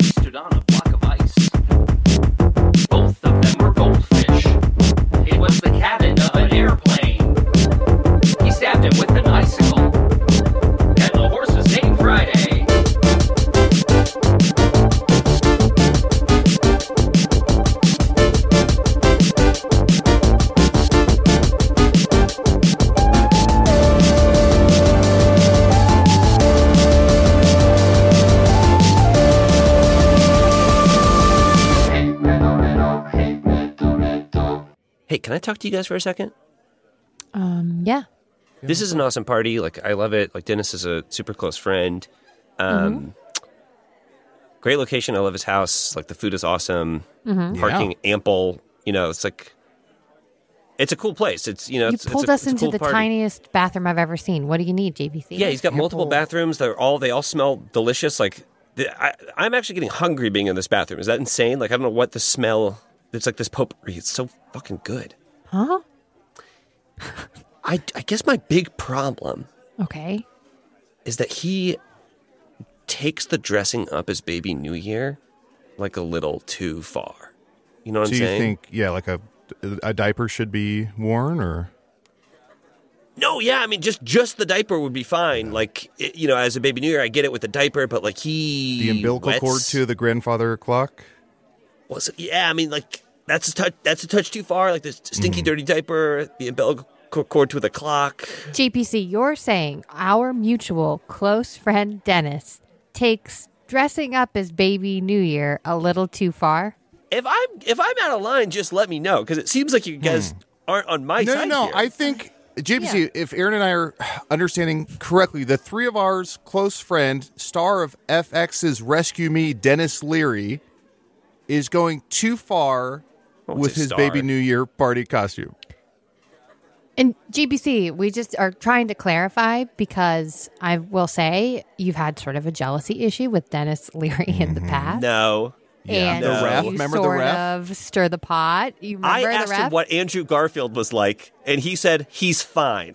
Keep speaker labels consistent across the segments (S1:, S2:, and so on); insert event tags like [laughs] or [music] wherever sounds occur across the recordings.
S1: He stood on a block of ice. Both of them were goldfish. It was the cabin of an airplane. He stabbed him with an icicle. And the horse was named Friday.
S2: Hey, can I talk to you guys for a second?
S3: Um, yeah.
S2: This is an awesome party. Like, I love it. Like, Dennis is a super close friend. Um,
S4: Mm-hmm.
S2: Great location. I love his house. Like, the food is awesome.
S4: Mm-hmm.
S2: Parking ample. You know, it's like, it's a cool place. It's you know,
S4: You
S2: it's, it's
S4: pulled
S2: a-
S4: us
S2: it's a
S4: into
S2: cool
S4: the
S2: party.
S4: tiniest bathroom I've ever seen. What do you need, JBC?
S2: Yeah, he's got multiple bathrooms. They're all they all smell delicious. Like, the, I, I'm actually getting hungry being in this bathroom. Is that insane? Like, I don't know what the smell. It's like this potpourri. It's so fucking good.
S4: Huh?
S2: I, I guess my big problem
S4: Okay.
S2: is that he takes the dressing up as baby new year like a little too far you know what i'm
S5: Do you
S2: saying
S5: think, yeah, like a a diaper should be worn, or
S2: no yeah i mean just just the diaper would be fine like it, you know as a baby new year i get it with the diaper but like he
S5: the umbilical
S2: wets-
S5: cord to the grandfather clock?
S2: was it- yeah i mean like that's a touch that's a touch too far like this stinky
S5: Mm-hmm.
S2: dirty diaper the umbilical cord to the clock
S4: JPC, you're saying our mutual close friend Dennis takes dressing up as baby New Year a little too far?
S2: if i'm if i'm out of line just let me know because it seems like you guys aren't on my
S5: Hmm. No, no,
S2: side
S5: no.
S2: here.
S5: I think JPC, if Aaron and I are understanding correctly, the three of ours close friend, star of FX's Rescue Me, Dennis Leary, is going too far
S2: won't
S5: with
S2: say
S5: his
S2: star.
S5: baby New Year party costume.
S4: And GBC, we just are trying to clarify because I will say you've had sort of a jealousy issue with Dennis Leary in the past.
S2: no
S4: And uh,
S2: The ref,
S4: you
S5: remember the
S4: sort
S5: ref?
S4: of stir the pot. You remember
S2: I asked
S4: the ref?
S2: him what Andrew Garfield was like, and he said he's fine.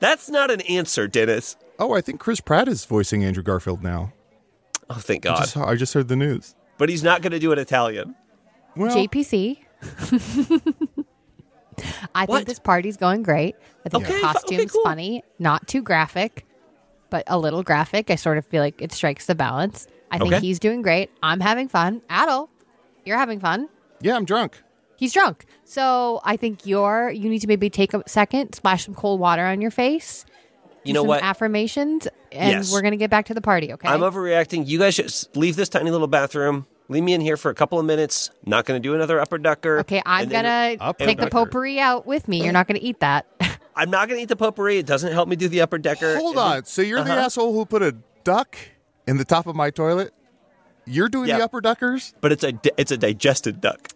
S2: That's not an answer, Dennis.
S5: Oh, I think Chris Pratt is voicing Andrew Garfield now.
S2: Oh, thank
S5: I
S2: God.
S5: just, I just heard the news.
S2: But he's not going to do an Italian.
S5: Well,
S4: JPC. [laughs] I
S2: What?
S4: think this party's going great. I think
S2: Okay,
S4: the
S2: fu- okay,
S4: costume's
S2: cool.
S4: funny, not too graphic, but a little graphic. I sort of feel like it strikes the balance. I think
S2: Okay.
S4: he's doing great. I'm having fun. Adel, you're having fun.
S5: yeah, I'm drunk.
S4: He's drunk. So I think you're you need to maybe take a second, splash some cold water on your face. do
S2: You know
S4: some
S2: what?
S4: Affirmations, and
S2: Yes.
S4: we're gonna get back to the party. Okay.
S2: I'm overreacting. You guys should s- leave this tiny little bathroom. Leave me in here for a couple of minutes. Not going to do another upper ducker.
S4: okay. I'm
S2: And then-
S4: gonna
S5: Upper
S4: take the
S5: Decker.
S4: potpourri out with me. You're not gonna eat that. [laughs]
S2: I'm not going to eat the potpourri. It doesn't help me do the Uh-huh. upper decker.
S5: Hold
S2: It-
S5: on. So you're the asshole who put a duck in the top of my toilet? You're doing
S2: Yeah.
S5: the upper duckers?
S2: But it's a di- it's a digested duck.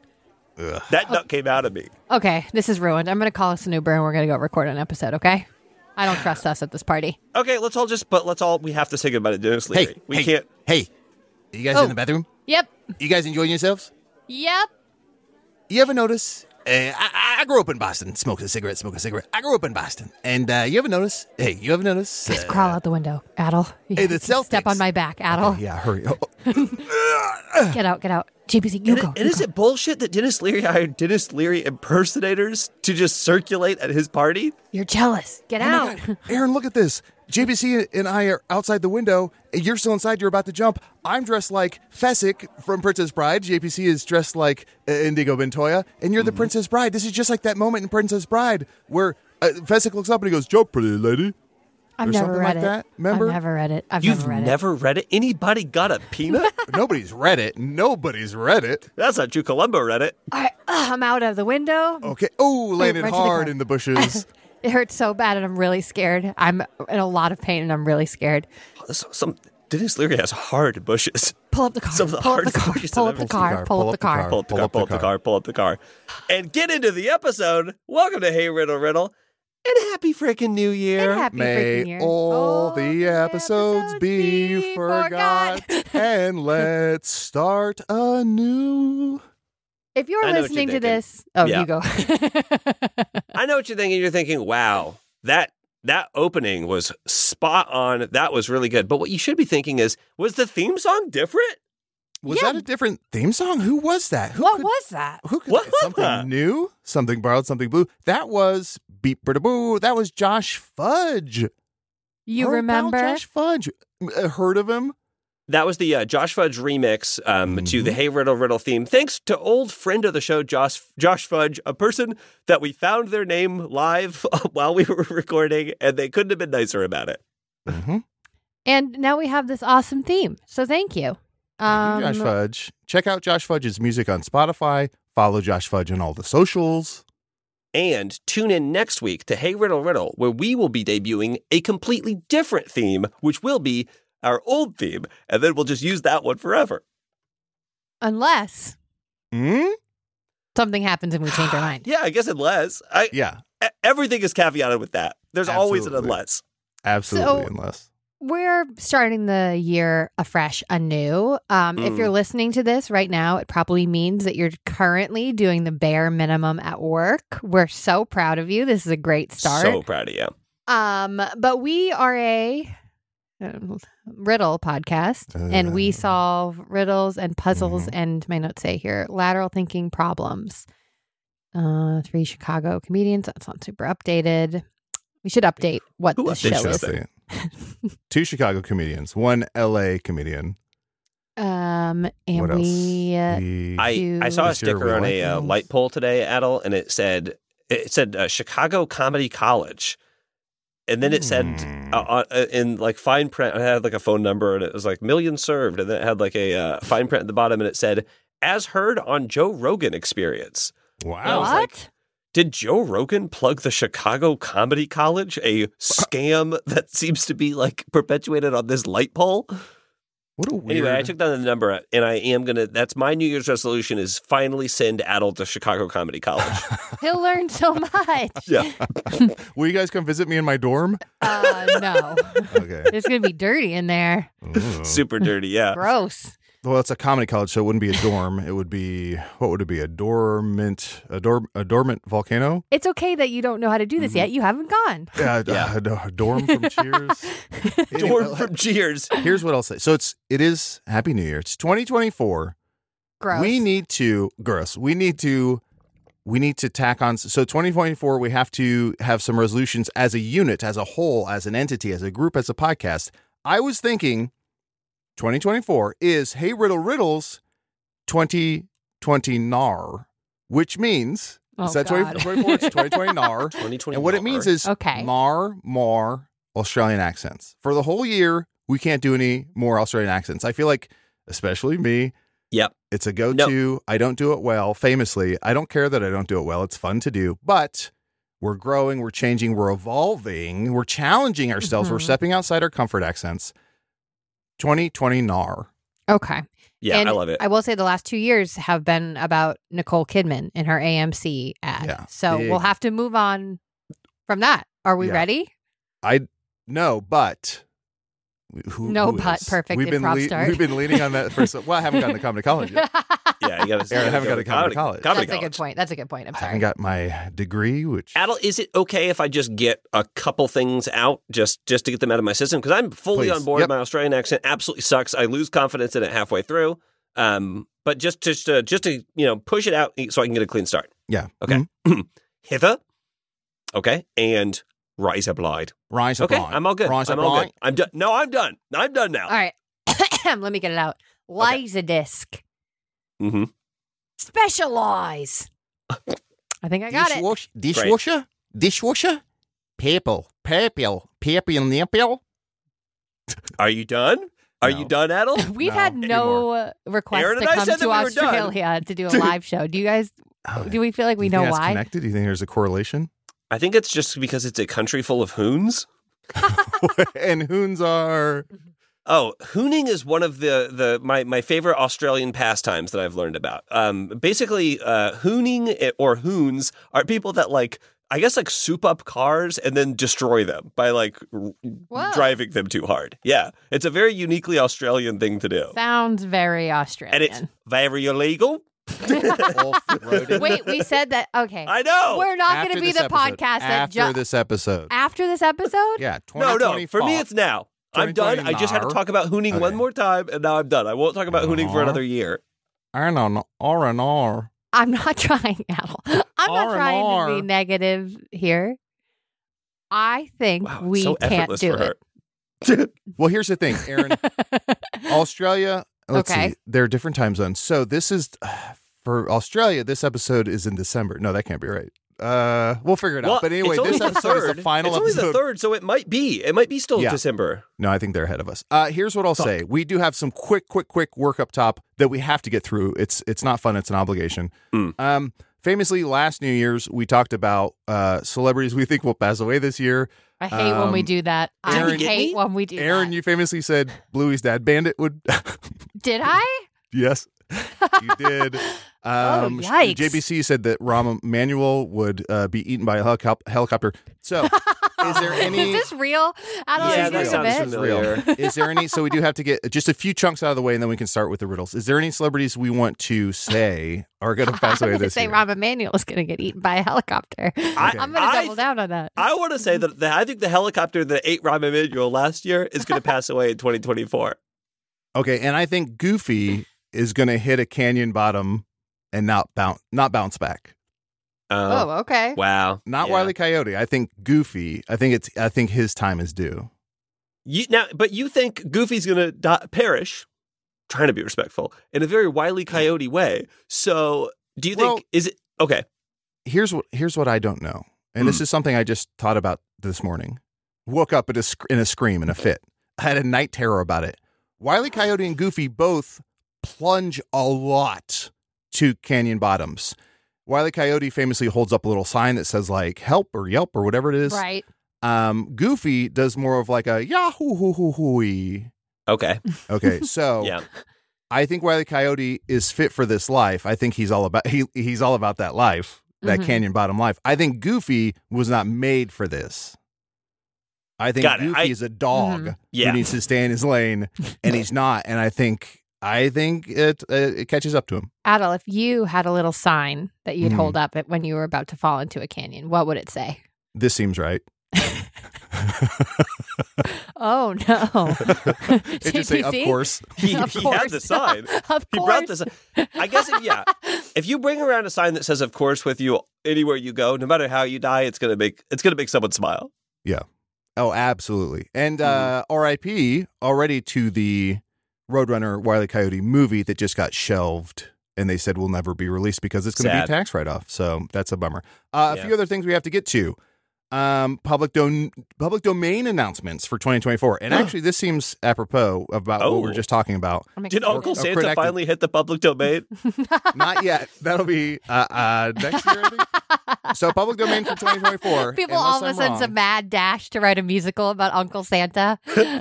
S2: That duck came out of me.
S4: Okay, this is ruined. I'm going to call us an Uber and we're going to go record an episode, okay? I don't trust us at this party.
S2: Okay, let's all just. But let's all. We have to say goodbye to Dennis Leary. we can't.
S5: Hey, you guys
S4: Oh. in the
S5: bathroom?
S4: Yep.
S5: You guys enjoying yourselves?
S4: Yep.
S5: You ever notice? Uh, I, I grew up in Boston, smoking a cigarette, smoking a cigarette. I grew up in Boston, and uh, you ever notice? Hey, you ever notice? uh,
S4: Just crawl out the window, Adel.
S5: Hey, the
S4: Step
S5: Celtics.
S4: on my back, Adel.
S5: yeah, hurry. [laughs] Oh,
S4: Get out, get out. JPC, you
S2: And, it-
S4: go.
S2: and is it bullshit that Dennis Leary hired Dennis Leary impersonators to just circulate at his party?
S4: You're jealous. Get out.
S5: oh. Aaron, look at this. JBC and I are outside the window. and You're still inside. You're about to jump. I'm dressed like Fessick from Princess Bride. JPC is dressed like uh, Indigo Bentoya, and you're the Princess [laughs] Bride. This is just like that moment in Princess Bride where uh, Fessick looks up and he goes, "Jump, pretty lady."
S4: I've
S5: or
S4: never
S5: something
S4: read
S5: like
S4: it.
S5: that. Remember?
S4: I've never read it. I've
S2: You've
S4: never read
S2: never read it? Anybody got a
S4: [laughs]
S2: peanut?
S5: Nobody's read it. Nobody's read it.
S2: That's not Drew Columbo read it.
S4: it. All right, ugh, I'm out of the window.
S5: Okay. Oh, landed
S4: right to the
S5: hard
S4: car.
S5: in the [laughs] bushes.
S4: It hurts so bad, and I'm really scared. I'm in a lot of pain, and I'm really scared.
S2: Oh, This- Some Dennis Leary has hard bushes. [laughs]
S4: Pull up the car.
S2: Some of the
S4: pull up the
S2: hardest
S4: car.
S2: bushes
S4: Pull
S2: I've
S4: up the
S2: ever
S4: car. Pull up the car.
S2: Pull up the car, pull up the car, pull up the car. And get into the episode. Welcome to Hey Riddle Riddle. And happy freaking New Year.
S4: And happy freaking
S5: May
S4: year.
S5: all the episodes be forgot. [laughs] and let's start anew.
S4: [laughs] If you're
S2: I know what
S4: listening
S2: you're
S4: to this, oh,
S2: Yeah.
S4: you
S2: [laughs]
S4: go.
S2: I know what you're thinking. You're thinking, wow, that that opening was spot on. That was really good. But what you should be thinking is, was the theme song different?
S5: Was
S4: Yeah.
S5: that a different theme song? Who was that? Who
S4: what
S5: could,
S4: was that?
S5: Who could
S2: What was
S5: something
S2: that?
S5: new? Something borrowed, something blue. That was beep Berta boo. That was Josh Fudge.
S4: You
S5: Heard about
S4: remember?
S5: Josh Fudge? Uh, Heard of him?
S2: That was the uh, Josh Fudge remix um, to
S5: Mhm.
S2: the Hey Riddle Riddle theme. Thanks to old friend of the show, Josh Josh Fudge, a person that we found their name live [laughs] while we were recording, and they couldn't have been nicer about it.
S5: Mm-hmm.
S4: And now we have this awesome theme. So thank you. Um,
S5: Josh Fudge. Check out Josh Fudge's music on Spotify. Follow Josh Fudge on all the socials.
S2: And tune in next week to Hey Riddle Riddle, where we will be debuting a completely different theme, which will be our old theme, and then we'll just use that one forever.
S4: unless
S5: Mm?
S4: something happens and we change our
S5: [gasps]
S4: mind.
S2: [sighs] Yeah, I guess unless I
S5: Yeah,
S2: e- everything is caveated with that. There's always an
S5: Absolutely.
S2: unless.
S5: absolutely.
S4: So-
S5: unless
S4: We're starting the year afresh, anew. Um, If
S2: Mm.
S4: you're listening to this right now, it probably means that you're currently doing the bare minimum at work. We're so proud of you. This is a great start.
S2: So proud of you.
S4: Um, but we are a um, riddle podcast, and we
S5: Uh.
S4: solve riddles and puzzles,
S5: Mhm.
S2: Mm-hmm.
S4: and my notes say here lateral thinking problems. Uh, three Chicago comedians. That's not super updated. We should update what
S2: Who
S4: the
S2: updates
S4: show is.
S2: those things?
S5: Interesting. Two Chicago comedians, one LA comedian.
S4: [laughs] Um, and
S5: what else?
S4: we uh,
S5: We-
S2: I,
S4: Do-
S2: I saw a
S5: Is your
S2: sticker on a
S5: real
S2: uh,
S5: life
S2: light pole today, Adel, and it said it said uh, Chicago Comedy College, and then it said
S5: Hmm.
S2: uh, on- uh, in like fine print. It had like a phone number, and it was like million served, and then it had like a uh, fine print at the bottom, and it said as heard on Joe Rogan Experience. I
S5: wow.
S2: was like- Did Joe Rogan plug the Chicago Comedy College, a scam that seems to be like perpetuated on this light pole?
S5: What a weird.
S2: Anyway, I took down the number, and I am gonna. That's my New Year's resolution: is finally send Adel to Chicago Comedy
S5: [laughs]
S2: College.
S4: He'll learn
S2: [laughs]
S4: so much.
S2: yeah,
S5: Will you guys come visit me in my dorm?
S4: Uh, no, [laughs]
S5: Okay.
S4: it's gonna be dirty in
S2: [laughs]
S4: there.
S5: Ooh.
S2: super dirty. Yeah, [laughs]
S4: Gross.
S5: well, it's a comedy college, so it wouldn't be a dorm. It would be what would it be? A dormant, a dorm, a dormant volcano?
S4: It's okay that you don't know how to do this
S2: Mm-hmm.
S5: Mhm.
S4: yet. You haven't gone.
S5: Yeah, d-
S2: Yeah.
S5: a d- a dorm from Cheers. Anyway,
S2: dorm from Cheers.
S5: Here's what I'll say. So it's it is Happy New Year. It's 2024.
S4: Gross.
S5: We need to gross. We need to we need to tack on so 2024 we have to have some resolutions as a unit, as a whole, as an entity, as a group, as a podcast. I was thinking 2024 is Hey Riddle Riddles 2020 NAR, which means
S4: Oh,
S5: is that
S4: God.
S5: 2024
S2: [laughs]
S5: it's 2020 NAR.
S2: Twenty twenty.
S5: And what it means is
S4: Okay.
S5: mar, mar, Australian accents. For the whole year, we can't do any more Australian accents. I feel like, especially me,
S2: Yep.
S5: it's a go to. I don't do it well, famously. I don't care that I don't do it well. It's fun to do, but we're growing, we're changing, we're evolving, we're challenging ourselves, we're
S4: Mhm.
S5: stepping outside our comfort accents. 2020 NAR.
S4: Okay.
S2: Yeah,
S4: And
S2: I love it.
S4: I will say the last two years have been about Nicole Kidman and her AMC ad.
S5: Yeah.
S4: so
S5: Big.
S4: we'll have to move on from that. Are we
S5: Yeah.
S4: ready?
S5: I no, but who,
S4: No,
S5: who
S4: but
S5: is?
S4: perfect
S5: We've been
S4: improv
S5: lea-
S4: start.
S5: we've been leaning on that for so. Well, I
S4: [laughs]
S5: haven't gotten to comedy college yet.
S2: yeah, you gotta.
S5: [laughs] Aaron,
S2: you
S5: I haven't got a
S2: gotta
S5: comedy college.
S4: That's
S2: Comedy
S4: a good
S2: college.
S4: point. That's a good point. I'm
S5: I
S4: sorry.
S5: haven't got my degree, which
S2: Adel, is it okay if I just get a couple things out just just to get them out of my system? Because I'm fully
S5: Please.
S2: on board.
S5: Yep.
S2: My Australian accent absolutely sucks. I lose confidence in it halfway through. Um, but just just uh, just to you know push it out so I can get a clean start.
S5: yeah.
S2: Okay.
S5: Mhm.
S2: Hither, okay, and rise up light.
S5: Rise
S2: Okay,
S5: Blind.
S2: I'm all good.
S5: Rise
S2: I'm
S5: Up
S2: all good.
S5: Blind.
S2: I'm done. No, I'm done. I'm done now.
S4: All right. [coughs] Let me get it out.
S2: Okay.
S4: Liza disc.
S2: Mm-hmm.
S4: Specialize. I think I got it.
S5: Dishwash- Dishwasher? Dishwasher? People. People. Pappy and Nipple.
S2: Are you done? Are you
S5: No.
S4: [laughs]
S2: done, Adel?
S4: [laughs] We've
S5: No,
S4: had no requests
S2: Aaron
S4: to
S2: and I
S4: come
S2: said that
S4: to
S2: we were done.
S4: Australia to do
S5: [laughs]
S4: a live show. Do you guys? Do we feel like we
S5: Oh, You
S4: know
S5: think that's
S4: why?
S5: Connected? Do you think there's a correlation? [laughs]
S2: I think it's just because it's a country full of hoons.
S5: and
S2: [laughs]
S5: hoons are
S2: Oh, hooning is one of the, the my, my favorite Australian pastimes that I've learned about. Um, basically, uh, hooning i- or hoons are people that like, I guess, like soup up cars and then destroy them by like r-
S4: Whoa.
S2: driving them too hard. Yeah, it's a very uniquely Australian thing to do,
S4: Sounds very
S2: and it's
S4: Australian. [laughs]
S2: very illegal. [laughs]
S5: off-roading.
S4: Wait, we said that. Okay,
S2: I know.
S4: we're not going
S5: After
S4: to be
S5: this
S4: the
S5: episode.
S4: podcast that
S5: after
S4: ju-
S5: this episode.
S4: after this episode.
S5: yeah,
S2: no, no.
S5: 2025.
S2: For me, it's now. I'm done. I just had to
S5: 2029.
S2: talk about hooning one
S5: Okay.
S2: more time, and now I'm done. I won't talk about hooning for
S5: Uh-huh.
S2: another year.
S5: R and R and R.
S4: I'm not [laughs] trying at all. I'm not trying to
S5: R&R.
S4: be negative here. I think
S2: Wow,
S4: we
S2: so
S4: can't
S2: effortless
S4: do
S2: for
S4: it.
S2: her.
S5: Well, here's the thing,
S4: [laughs]
S5: Aaron. Australia. Let's
S4: Okay.
S5: see. There are different time zones. So this is [sighs] for Australia. This episode is in December. No, that can't be right. Uh, we'll figure it
S2: Well,
S5: out. But anyway,
S2: it's only
S5: this
S2: the
S5: episode
S2: third.
S5: is the final
S2: It's only
S5: episode.
S2: the third, so it might be. It might be still
S5: Yeah.
S2: December.
S5: No, I think they're ahead of us. Uh, here's what I'll say: we do have some quick, quick, quick work up top that we have to get through. It's it's not fun; it's an obligation.
S2: Mm.
S5: Um, famously, last New Year's we talked about uh, celebrities we think will pass away this year.
S4: I hate when we
S5: Um,
S4: do that. I
S5: Aaron-
S4: hate when we do
S5: Aaron,
S4: that.
S5: you famously said Bluey's dad Bandit would. [laughs]
S4: Did I?
S5: yes, you did.
S4: Oh,
S5: Um,
S4: yikes.
S5: JBC said that Rahm Emanuel would uh, be eaten by a helicop- helicopter.
S4: [laughs]
S5: So, is there any?
S4: Is this real? I don't
S2: Yeah,
S4: know.
S2: that
S4: Is
S2: sounds
S4: this a bit?
S2: familiar.
S5: Is there any? So we do have to get just a few chunks out of the way, and then we can start with the riddles. Is there any celebrities we want to say
S4: [laughs]
S5: are going to pass
S4: I'm
S5: away
S4: going to
S5: this
S4: say
S5: year?
S4: Rahm Emanuel is going to get eaten by a helicopter.
S2: I,
S4: [laughs] I'm going to double down on that.
S2: I want to say that the, I think the helicopter that ate Rahm Emanuel last year is going to pass away
S4: [laughs]
S2: in 2024.
S5: Okay, and I think Goofy is going to hit a canyon bottom and not bounce, not bounce back.
S2: Uh,
S4: oh, okay.
S2: wow!
S5: Not
S2: Yeah.
S5: Wiley Coyote. I think Goofy. I think it's. I think his time is due.
S2: You, now, but you think Goofy's going to die, perish? Trying to be respectful in a very wily coyote way. So, do you think
S5: Well-
S2: is it okay?
S5: Here's what. Here's what I don't know, and this is something I just thought about this morning. Woke up in a sc- in a scream in a fit. I had a night terror about it. Wiley Coyote and Goofy both plunge a lot to canyon bottoms. Wiley Coyote famously holds up a little sign that says like "help" or "yelp" or whatever it is.
S4: Right.
S5: Um, Goofy does more of like a "yahoo hoo hoo hoo."
S2: Okay,
S5: Okay, so
S2: yeah,
S5: I think Wiley Coyote is fit for this life. I think he's all about he he's all about that life, that
S4: Mhm.
S5: canyon bottom life. I think Goofy was not made for this. I think
S2: Got it.
S5: Goofy
S2: I-
S5: is a dog
S2: yeah.
S5: who needs to stay in his lane, and he's not. And I think I think it uh, it catches up to him.
S4: Adel, if you had a little sign that you'd
S5: Mhm.
S4: hold
S2: Mm-hmm.
S4: up at when you were about to fall into a canyon, what would it say?
S5: This seems right.
S4: Oh
S2: [laughs]
S4: no!
S5: It
S4: [laughs]
S5: just say, of
S4: JTC?
S5: course.
S2: [laughs]
S5: [laughs]
S2: he,
S4: Of
S2: he had
S4: course. [laughs]
S2: the sign.
S4: of
S2: He
S4: course.
S2: brought this. I guess
S4: [laughs]
S2: if, yeah. If you bring around a sign that says "Of course" with you anywhere you go, no matter how you die, it's gonna make it's gonna make someone smile.
S5: Oh, absolutely. And
S4: Mm-hmm.
S5: uh, R.I.P. already to the Roadrunner Wiley Coyote movie that just got shelved, and they said will never be released because it's going to be a
S2: Sad.
S5: tax write off. So that's a bummer. Uh,
S2: Yeah.
S5: A few other things we have to get to. Um, public don public domain announcements for
S4: [gasps]
S5: 2024, and actually this seems apropos about what we
S2: Oh.
S5: we're just talking about.
S4: I'm
S2: Did
S4: excited.
S2: Uncle
S5: Oh,
S2: Santa
S5: connected.
S2: finally hit the public
S5: [laughs]
S2: domain?
S4: [laughs]
S5: Not yet. That'll be uh, uh, next year. I think. So public domain for
S4: [laughs]
S5: 2024.
S4: People
S5: unless
S4: all of
S5: I'm
S4: a sudden's a
S5: wrong-
S4: mad dash to write a musical about Uncle Santa.
S2: [laughs]
S4: [laughs]
S2: You
S4: Oh.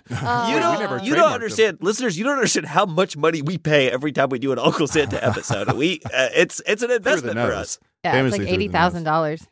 S5: we
S2: don't,
S5: never
S2: you don't
S5: trademarked
S2: understand, listeners. You don't understand how much money we pay every time we do an Uncle
S5: [laughs]
S2: Santa episode. We uh, it's it's an investment for
S5: nose.
S2: us.
S4: yeah, it's
S5: famously
S4: like
S5: through the
S4: eighty thousand dollars.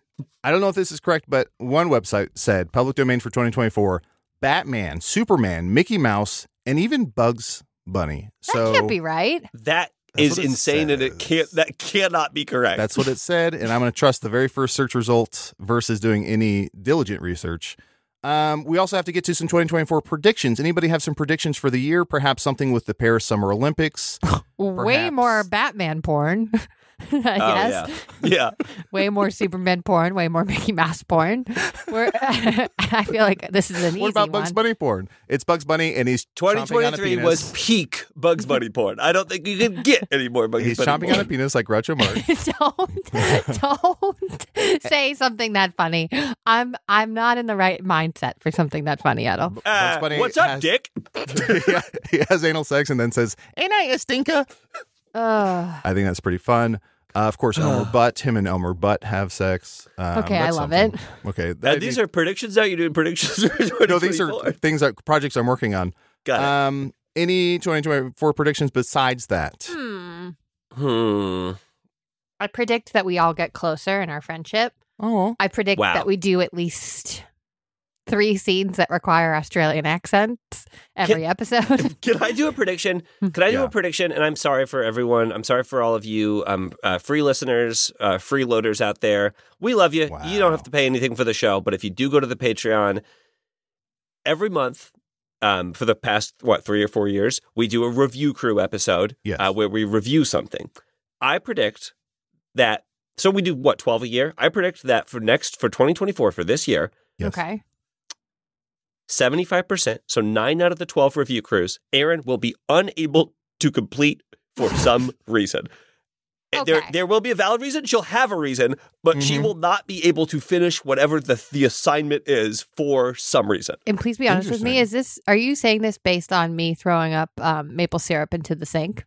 S5: I don't know if this is correct, but one website said public domain for 2024 Batman, Superman, Mickey Mouse, and even Bugs Bunny. So
S4: that can't be right.
S2: That
S5: That's
S2: is
S5: what it
S2: insane, and it can't
S5: says.
S2: that cannot be correct.
S5: that's what it said. And I'm going to trust the very first search result versus doing any diligent research. Um, we also have to get to some 2024 predictions. Anybody have some predictions for the year? Perhaps something with the Paris Summer Olympics? [laughs]
S4: Way
S5: Perhaps.
S4: more Batman porn. [laughs] yes.
S2: Oh, yeah.
S5: [laughs]
S2: Yeah.
S4: Way more Superman porn, way more Mickey Mouse porn. We're, [laughs] I feel like this is an easy
S5: What about Bugs
S4: one. [laughs]
S5: Bunny porn? It's Bugs Bunny, and he's chomping on a
S2: 2023
S5: penis.
S2: was peak Bugs Bunny porn. I don't think you can get any
S5: [laughs]
S2: more Bugs
S5: He's
S2: Bunny
S5: chomping on a
S2: porn.
S5: penis like
S2: [laughs]
S5: Groucho Marx.
S4: don't
S5: [laughs]
S4: don't say something that funny. I'm I'm not in the right mindset for something that funny, Edel.
S5: Bugs Bunny
S2: Uh, What's up,
S5: has-
S2: Dick?
S5: Yeah, he has anal sex and then says, "Ain't I a stinker?"
S4: Ugh.
S5: I think that's pretty fun. Uh, of course, Elmer Butt. Him and Elmer Butt have sex. Um,
S4: Okay, I
S5: that's
S4: love
S5: something. Okay,
S2: Uh,
S5: that-
S2: these are predictions. Now you're doing predictions. for
S5: [laughs] no, these
S2: 2024.
S5: are things that projects I'm working on.
S2: Got it.
S5: Um, any 2024 predictions besides that?
S4: Hmm.
S5: uh,
S2: Hmm.
S4: I predict that we all get closer in our friendship.
S5: Oh,
S4: I predict
S2: Wow.
S4: that we do at least three scenes that require Australian accents every
S2: [laughs]
S4: episode.
S2: [laughs] Can I do a prediction? Can I do
S5: Yeah.
S2: a prediction? And I'm sorry for everyone. I'm sorry for all of you um, uh, free listeners, uh, freeloaders out there. We love you. You
S5: Wow.
S2: don't have to pay anything for the show, but if you do go to the Patreon, every month um, for the past, what, three or four years, we do a review crew episode
S5: Yes.
S2: uh, where we review something. I predict that, so we do what, 12 a year? I predict that for next, for 2024, for this year,
S5: yes.
S4: Okay.
S2: 75%, so nine out of the 12 review crews, Aaron will be unable to complete for some reason. And There,
S4: Okay.
S2: there will be a valid reason. She'll have a reason, but she
S5: Mhm.
S2: will not be able to finish whatever the, the assignment is for some reason.
S4: And please be honest with me. Is this are you saying this based on me throwing up um, maple syrup into the sink?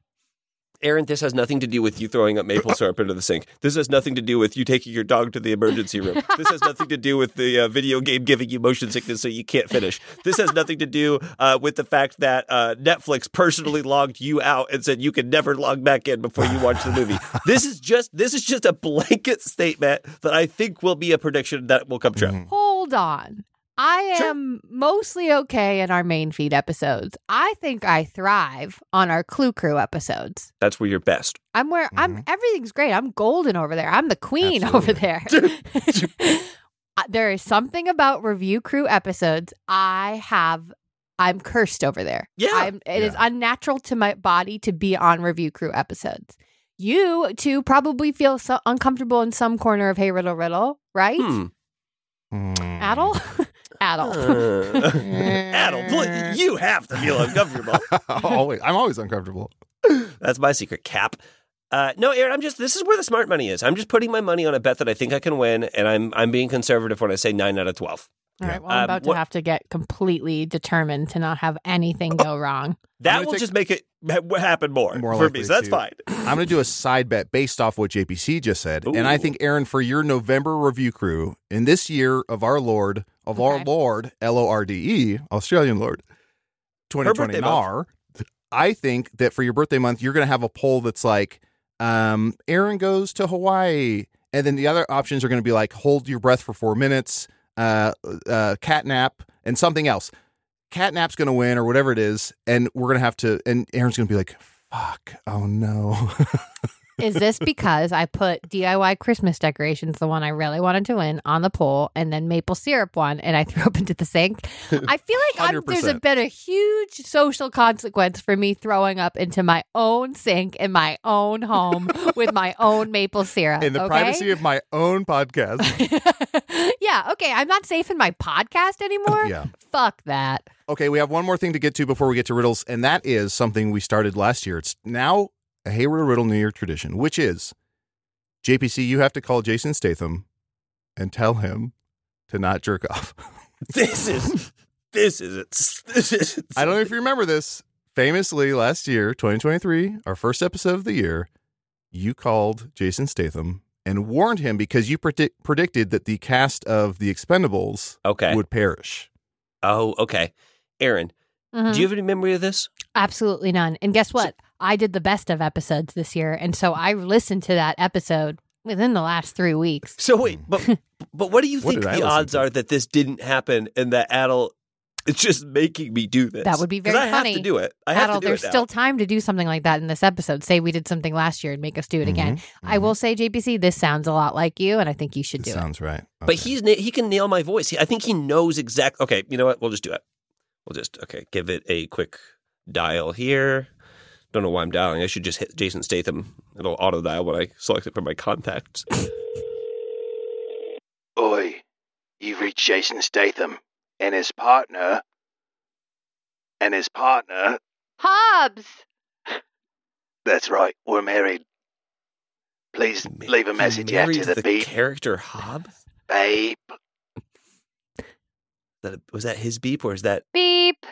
S2: Aaron, this has nothing to do with you throwing up maple syrup into the sink. This has nothing to do with you taking your dog to the emergency room. This has nothing to do with the uh, video game giving you motion sickness so you can't finish. This has nothing to do uh, with the fact that uh, Netflix personally logged you out and said you can never log back in before you watch the movie. This is just this is just a blanket statement that I think will be a prediction that will come true.
S5: Hmm.
S4: Hold on. I
S2: Sure.
S4: am mostly okay in our main feed episodes. I think I thrive on our Clue Crew episodes.
S2: That's where you're best.
S4: I'm where
S2: Mm-hmm.
S4: I'm everything's great. I'm golden over there. I'm the queen [laughs] over there. [laughs] Uh, there is something about review crew episodes I have I'm cursed over there.
S2: Yeah.
S4: I'm, it is unnatural to my body to be on review crew episodes. You two probably feel so uncomfortable in some corner of Hey Riddle Riddle, right?
S2: Hmm. [laughs]
S5: Mm.
S4: [laughs] Adel? Adel.
S2: Uh, Adel, pl- you have to feel uncomfortable.
S5: [laughs] always, I'm always uncomfortable.
S2: That's my secret cap. Uh, no, Aaron, I'm just this is where the smart money is. I'm just putting my money on a bet that I think I can win, and I'm I'm being conservative when I say nine out of twelve.
S4: All right, well, I'm
S2: Um,
S4: about to
S2: what-
S4: have to get completely determined to not have anything go wrong.
S2: That
S5: gonna
S2: will
S5: take-
S2: just make it ha- happen more,
S5: More
S2: for
S5: likely
S2: me. So that's
S5: to.
S2: fine. [laughs]
S5: I'm going to do a side bet based off what JPC just said, and I
S2: Ooh.
S5: think Aaron, for your November review crew in this year of our Lord of our
S4: Okay.
S5: Lord L O R D E Australian Lord, 2020
S2: birthday
S5: NAR, I think that for your birthday month you're going to have a poll that's like, um, Aaron goes to Hawaii, and then the other options are going to be like, hold your breath for four minutes, uh, uh, catnap, and something else. Catnap's going to win or whatever it is, and we're going to have to. And Aaron's going to be like, "Fuck! Oh no!" [laughs]
S4: Is this because I put DIY Christmas decorations, the one I really wanted to win, on the poll, and then maple syrup one, and I [laughs] threw up into the sink? I feel like I'm, there's a,
S5: [laughs] 100%.
S4: been a huge social consequence for me throwing up into my own sink in my own home
S5: [laughs]
S4: with my own maple syrup.
S5: in the
S4: Uh, okay?
S5: privacy of my own
S4: [laughs]
S5: podcast.
S4: yeah, okay. I'm not safe in my podcast anymore.
S5: [laughs] Yeah.
S4: Fuck that.
S5: Okay, we have one more thing to get to before we get to riddles, and that is something we started last year. It's now a Hayward Riddle New Year tradition, which is JPC, you have to call Jason Statham and tell him to not jerk off. [laughs]
S2: This is this is it. This is
S5: I don't know if you remember this. Famously, last year, 2023, our first episode of the year, you called Jason Statham and warned him because you predict predicted that the cast of The Expendables
S2: okay.
S5: would perish.
S2: Oh, okay. Aaron,
S4: Mhm.
S2: do you have any memory of this?
S4: Absolutely none. And guess what? I did the best of episodes this year, and so I listened to that episode within the last three weeks.
S2: So wait, but
S4: [laughs]
S2: but Hmm. what do you
S5: What
S2: think
S5: did I
S2: the
S5: listen
S2: odds
S5: to?
S2: are that this didn't happen and that Adel it's just making me do this?
S4: That would be
S2: 'Cause
S4: very
S2: I have
S4: funny.
S2: to do it. I have
S4: Adel,
S2: to do
S4: there's
S2: it now.
S4: still time to do something like that in this episode. Say we did something last year and make us do it
S2: Mm-hmm,
S4: again.
S5: Mm-hmm.
S4: I will say, JPC, this sounds a lot like you, and I think you should
S5: This
S4: do
S5: sounds right.
S2: But
S5: Okay.
S2: he's na- he can nail my voice. He, I think he knows exactly. Okay, you know what? We'll just do it. We'll just okay. Give it a quick dial here. Don't know why I'm dialing. I should just hit Jason Statham. It'll auto dial when I select it from my contacts.
S6: Oi, you've reached Jason Statham and his partner. And his partner.
S7: Hobbs!
S6: That's right, we're married. Please [laughs] leave a
S2: You
S6: message
S2: married
S6: after the,
S2: the
S6: beep,
S2: character Hobbs.
S6: babe.
S2: That was that his beep or is that
S7: Beep.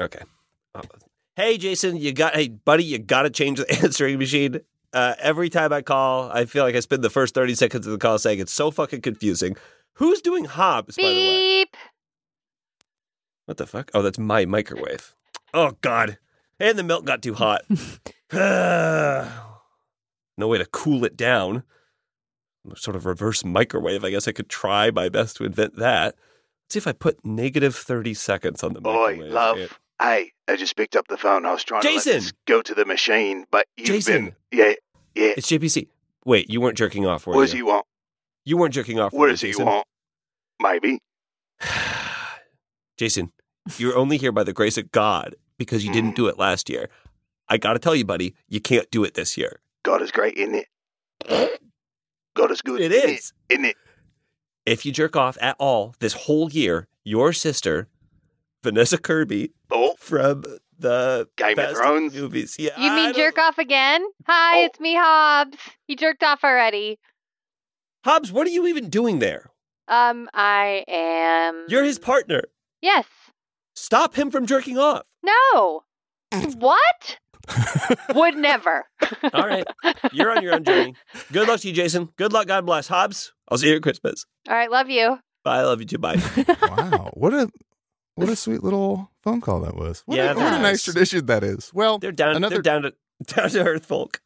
S2: Okay. Uh, Hey, Jason, you got, hey, buddy, you got to change the [laughs] answering machine. Uh, every time I call, I feel like I spend the first 30 seconds of the call saying it's so fucking confusing. Who's doing Hobbs, by the way?
S7: Beep.
S2: What the fuck? Oh, that's my microwave. Oh, God. And the milk got too hot. [sighs] no way to cool it down. Sort of reverse microwave. I guess I could try my best to invent that. see if I put negative 30 seconds on the
S6: Oi,
S2: microwave.
S6: love.
S2: It-
S6: Hey, I just picked up the phone. I was trying to
S2: Jason!
S6: let this go to the machine, but you've
S2: Jason!
S6: been. Yeah, yeah.
S2: It's JPC. Wait, you weren't jerking off, were
S6: What does
S2: you?
S6: he want?
S2: You weren't jerking off.
S6: What
S2: were
S6: does he
S2: Jason?
S6: want? Maybe.
S2: Jason, you're only here by the grace of God because you
S6: [laughs]
S2: didn't do it last year. I got to tell you, buddy, you can't do it this year.
S6: God is great, isn't it?
S2: [gasps]
S6: God is good.
S2: It
S6: isn't
S2: is.
S6: it? Isn't it?
S2: If you jerk off at all this whole year, your sister, Vanessa Kirby
S6: Oh,
S2: from the
S6: Game of
S2: Fast
S6: Thrones?
S2: movies. Yeah,
S7: You
S2: I
S7: mean
S2: don't-
S7: jerk off again? Hi,
S6: Oh.
S7: it's me, Hobbs. You jerked off already.
S2: Hobbs, what are you even doing there?
S7: Um, I am.
S2: You're his partner.
S7: Yes.
S2: Stop him from jerking off.
S7: No. what? Would never.
S2: [laughs] All right. You're on your own journey. Good luck to you, Jason. Good luck. God bless. Hobbs, I'll see you at Christmas.
S7: All right, love you.
S2: Bye. I love you too. Bye.
S5: [laughs]
S2: [laughs]
S5: wow, what a
S4: [laughs]
S5: what a sweet little phone call that was. What,
S2: Yeah,
S5: a, what a
S2: that
S5: nice
S2: was.
S5: tradition that is. Well,
S2: They're down.
S5: Another-
S2: They're down to [laughs] down to earth folk.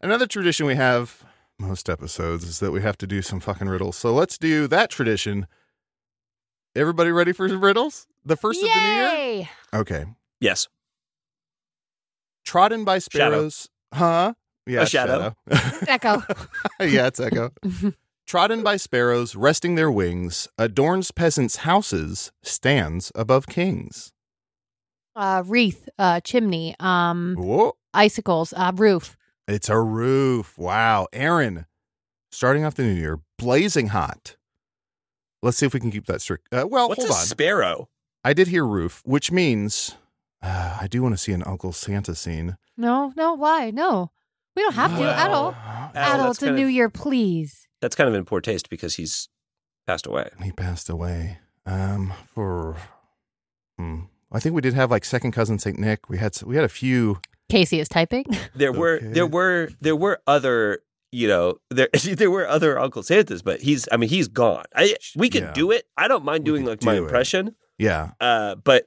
S5: another tradition we have most episodes is that we have to do some fucking riddles. So let's do that tradition. Everybody ready for some riddles? The first of the new year.
S4: Yay!
S5: Okay.
S2: Yes.
S5: Trodden by
S2: Shadow.
S5: sparrows. Huh? Yeah,
S2: A shadow.
S5: shadow.
S4: Echo.
S5: [laughs] yeah,
S4: [laughs]
S5: it's Echo. Trodden by sparrows, resting their wings, adorns peasants' houses, stands above kings.
S4: Uh, wreath, uh, chimney, um,
S5: Whoa.
S4: icicles, uh, roof.
S5: It's a roof. Wow. Aaron, starting off the new year, blazing hot. Let's see if we can keep that strict. Uh, well,
S2: What's
S5: hold
S2: a
S5: on.
S2: sparrow?
S5: I did hear roof, which means uh, I do want to see an Uncle Santa scene.
S4: No, no, why? No. We don't have to.
S2: Well,
S4: Adult.
S2: Adult,
S4: Adult,
S2: that's
S4: it's a
S2: kind
S4: new
S2: of-
S4: year, please.
S2: That's kind of in poor taste because he's passed away.
S5: He passed away. Um, for hmm. I think we did have like second cousin Saint Nick. We had s- we had a few.
S4: Casey is typing.
S2: There were
S5: Okay.
S2: there were there were other you know there [laughs] there were other Uncle Santas, but he's I mean he's gone. I we could
S5: Yeah.
S2: do it. I don't mind
S5: We
S2: doing
S5: could
S2: like my
S5: do it.
S2: impression,
S5: Yeah,
S2: uh, but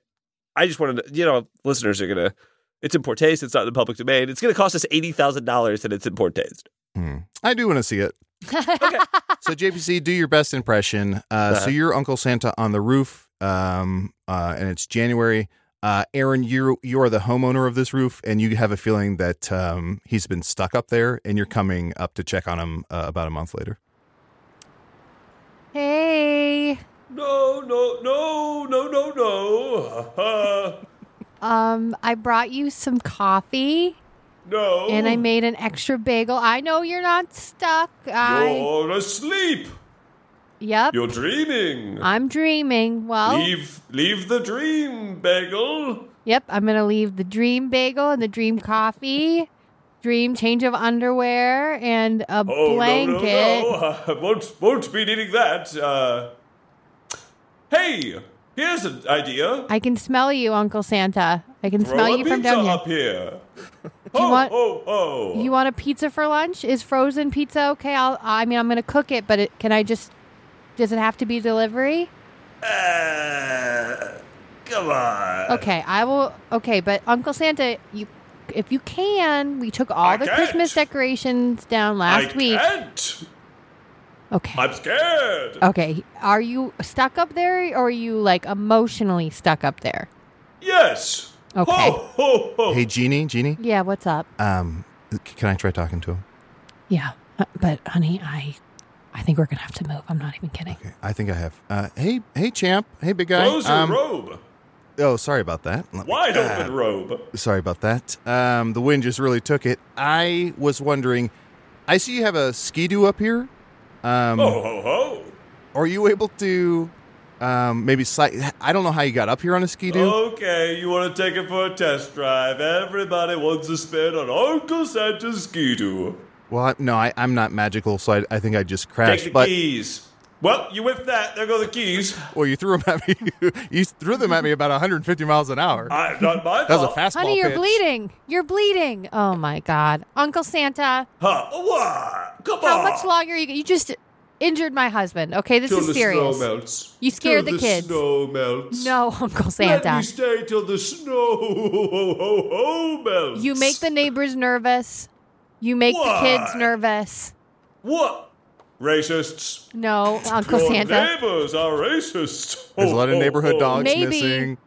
S2: I just wanted to you know listeners are gonna. It's in poor taste. It's not in the public domain. It's going to cost us eighty thousand dollars, and it's in poor taste.
S5: Hmm. I do want to see it. So JPC, do your best impression. Uh, So you're Uncle Santa on the roof, um, uh, and it's January. Uh, Aaron, you you are the homeowner of this roof, and you have a feeling that um, he's been stuck up there, and you're coming up to check on him uh, about a month later.
S4: [laughs] hey.
S2: No, no, no, no, no, no, uh,
S4: Um, I brought you some coffee
S2: no.
S4: and I made an extra bagel. I know you're not stuck. I
S2: You're asleep.
S4: Yep.
S2: You're dreaming.
S4: I'm dreaming. Well,
S2: Leave, leave the dream, bagel.
S4: yep, I'm going to leave the dream bagel and the dream coffee, dream change of underwear and a
S2: Oh
S4: blanket.
S2: no, no, no! I [laughs] won't, won't be needing that. Uh, hey, here's an idea.
S4: I can smell you, Uncle Santa. I can
S2: Throw
S4: smell
S2: a
S4: you
S2: pizza
S4: from down here.
S2: up here.
S4: Do you
S2: oh,
S4: want-
S2: oh, oh!
S4: You want a pizza for lunch? Is frozen pizza okay? I'll, I mean, I'm going to cook it, but it, can I just? Does it have to be delivery?
S2: Uh, come on.
S4: Okay, I will. Okay, but Uncle Santa, you, if you can, we took all
S2: I
S4: the
S2: can't.
S4: Christmas decorations down last
S2: I
S4: week.
S2: Can't.
S4: Okay.
S2: I'm scared.
S4: okay, are you stuck up there, or are you like emotionally stuck up there?
S2: Yes.
S4: Okay.
S2: Ho,
S8: Oh.
S2: ho, ho.
S5: Hey, Jeannie, Jeannie,
S4: Yeah. What's up?
S5: um, c- can I try talking to him?
S4: Yeah, uh, but honey, I, I think we're gonna have to move. I'm not even kidding.
S5: Okay, I think I have. Uh, hey, hey, champ. Hey, big guy.
S2: Close your
S5: Um,
S2: robe.
S5: Oh, sorry about that. Let me-
S8: Wide
S5: uh,
S8: open robe.
S5: Sorry about that. Um, the wind just really took it. I was wondering. I see you have a skidoo up here. Um,
S8: Ho ho ho.
S5: Are you able to um, maybe slightly? I don't know how you got up here on a skidoo.
S8: Oh. Okay, you want to take it for a test drive? Everybody wants to spin on Uncle Santa's skidoo.
S5: Well, I, no, I, I'm not magical, so I, I think I just
S8: Take
S5: crashed.
S8: the
S5: but
S8: keys. Well, you whiffed that. There go the keys.
S5: well, you threw them at me. [laughs] you threw them at me about 150 miles an hour.
S8: I, not my
S5: that was a
S8: fault.
S5: fastball.
S4: Honey, you're
S5: pitch.
S4: bleeding. You're bleeding. Oh my God, Uncle Santa,
S8: Huh, what? Come
S4: how
S8: on.
S4: much longer you? You just injured my husband. Okay, this
S8: Till
S4: is
S8: the
S4: serious.
S8: snow melts.
S4: You scared
S8: Till
S4: the kids.
S8: snow melts.
S4: No, [laughs] Uncle
S8: Let
S4: Santa,
S8: me stay till the snow [laughs] melts.
S4: you make the neighbors nervous. You make the kids
S8: Why?
S4: nervous.
S8: What? Racists.
S4: No, Uncle
S8: Your
S4: Santa.
S8: neighbors are racist.
S5: There's a lot of
S8: Ho, ho,
S5: neighborhood
S8: ho.
S5: dogs
S4: Maybe-
S5: missing.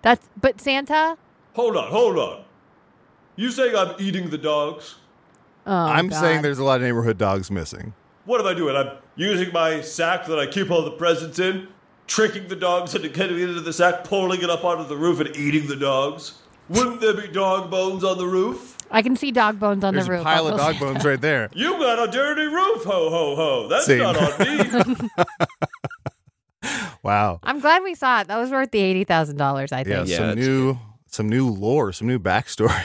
S4: That's but Santa.
S8: Hold on, hold on. You saying I'm eating the dogs?
S4: Oh,
S5: I'm
S4: God.
S5: saying there's a lot of neighborhood dogs missing.
S8: What am I doing? I'm using my sack that I keep all the presents in, tricking the dogs into getting into the sack, pulling it up onto the roof, and eating the dogs. Wouldn't there be dog bones on the roof?
S4: I can see dog bones on
S5: There's
S4: the
S5: a
S4: roof.
S5: pile of
S4: Uncle
S5: dog
S4: Santa.
S5: bones right there.
S8: You got a dirty roof, ho ho ho. That's
S5: Same.
S8: not on me.
S5: [laughs] Wow.
S4: [laughs] I'm glad we saw it. That was worth the eighty thousand dollars. I
S5: Yeah,
S4: think.
S2: Yeah,
S5: some
S2: it's
S5: new some new lore, some new backstory.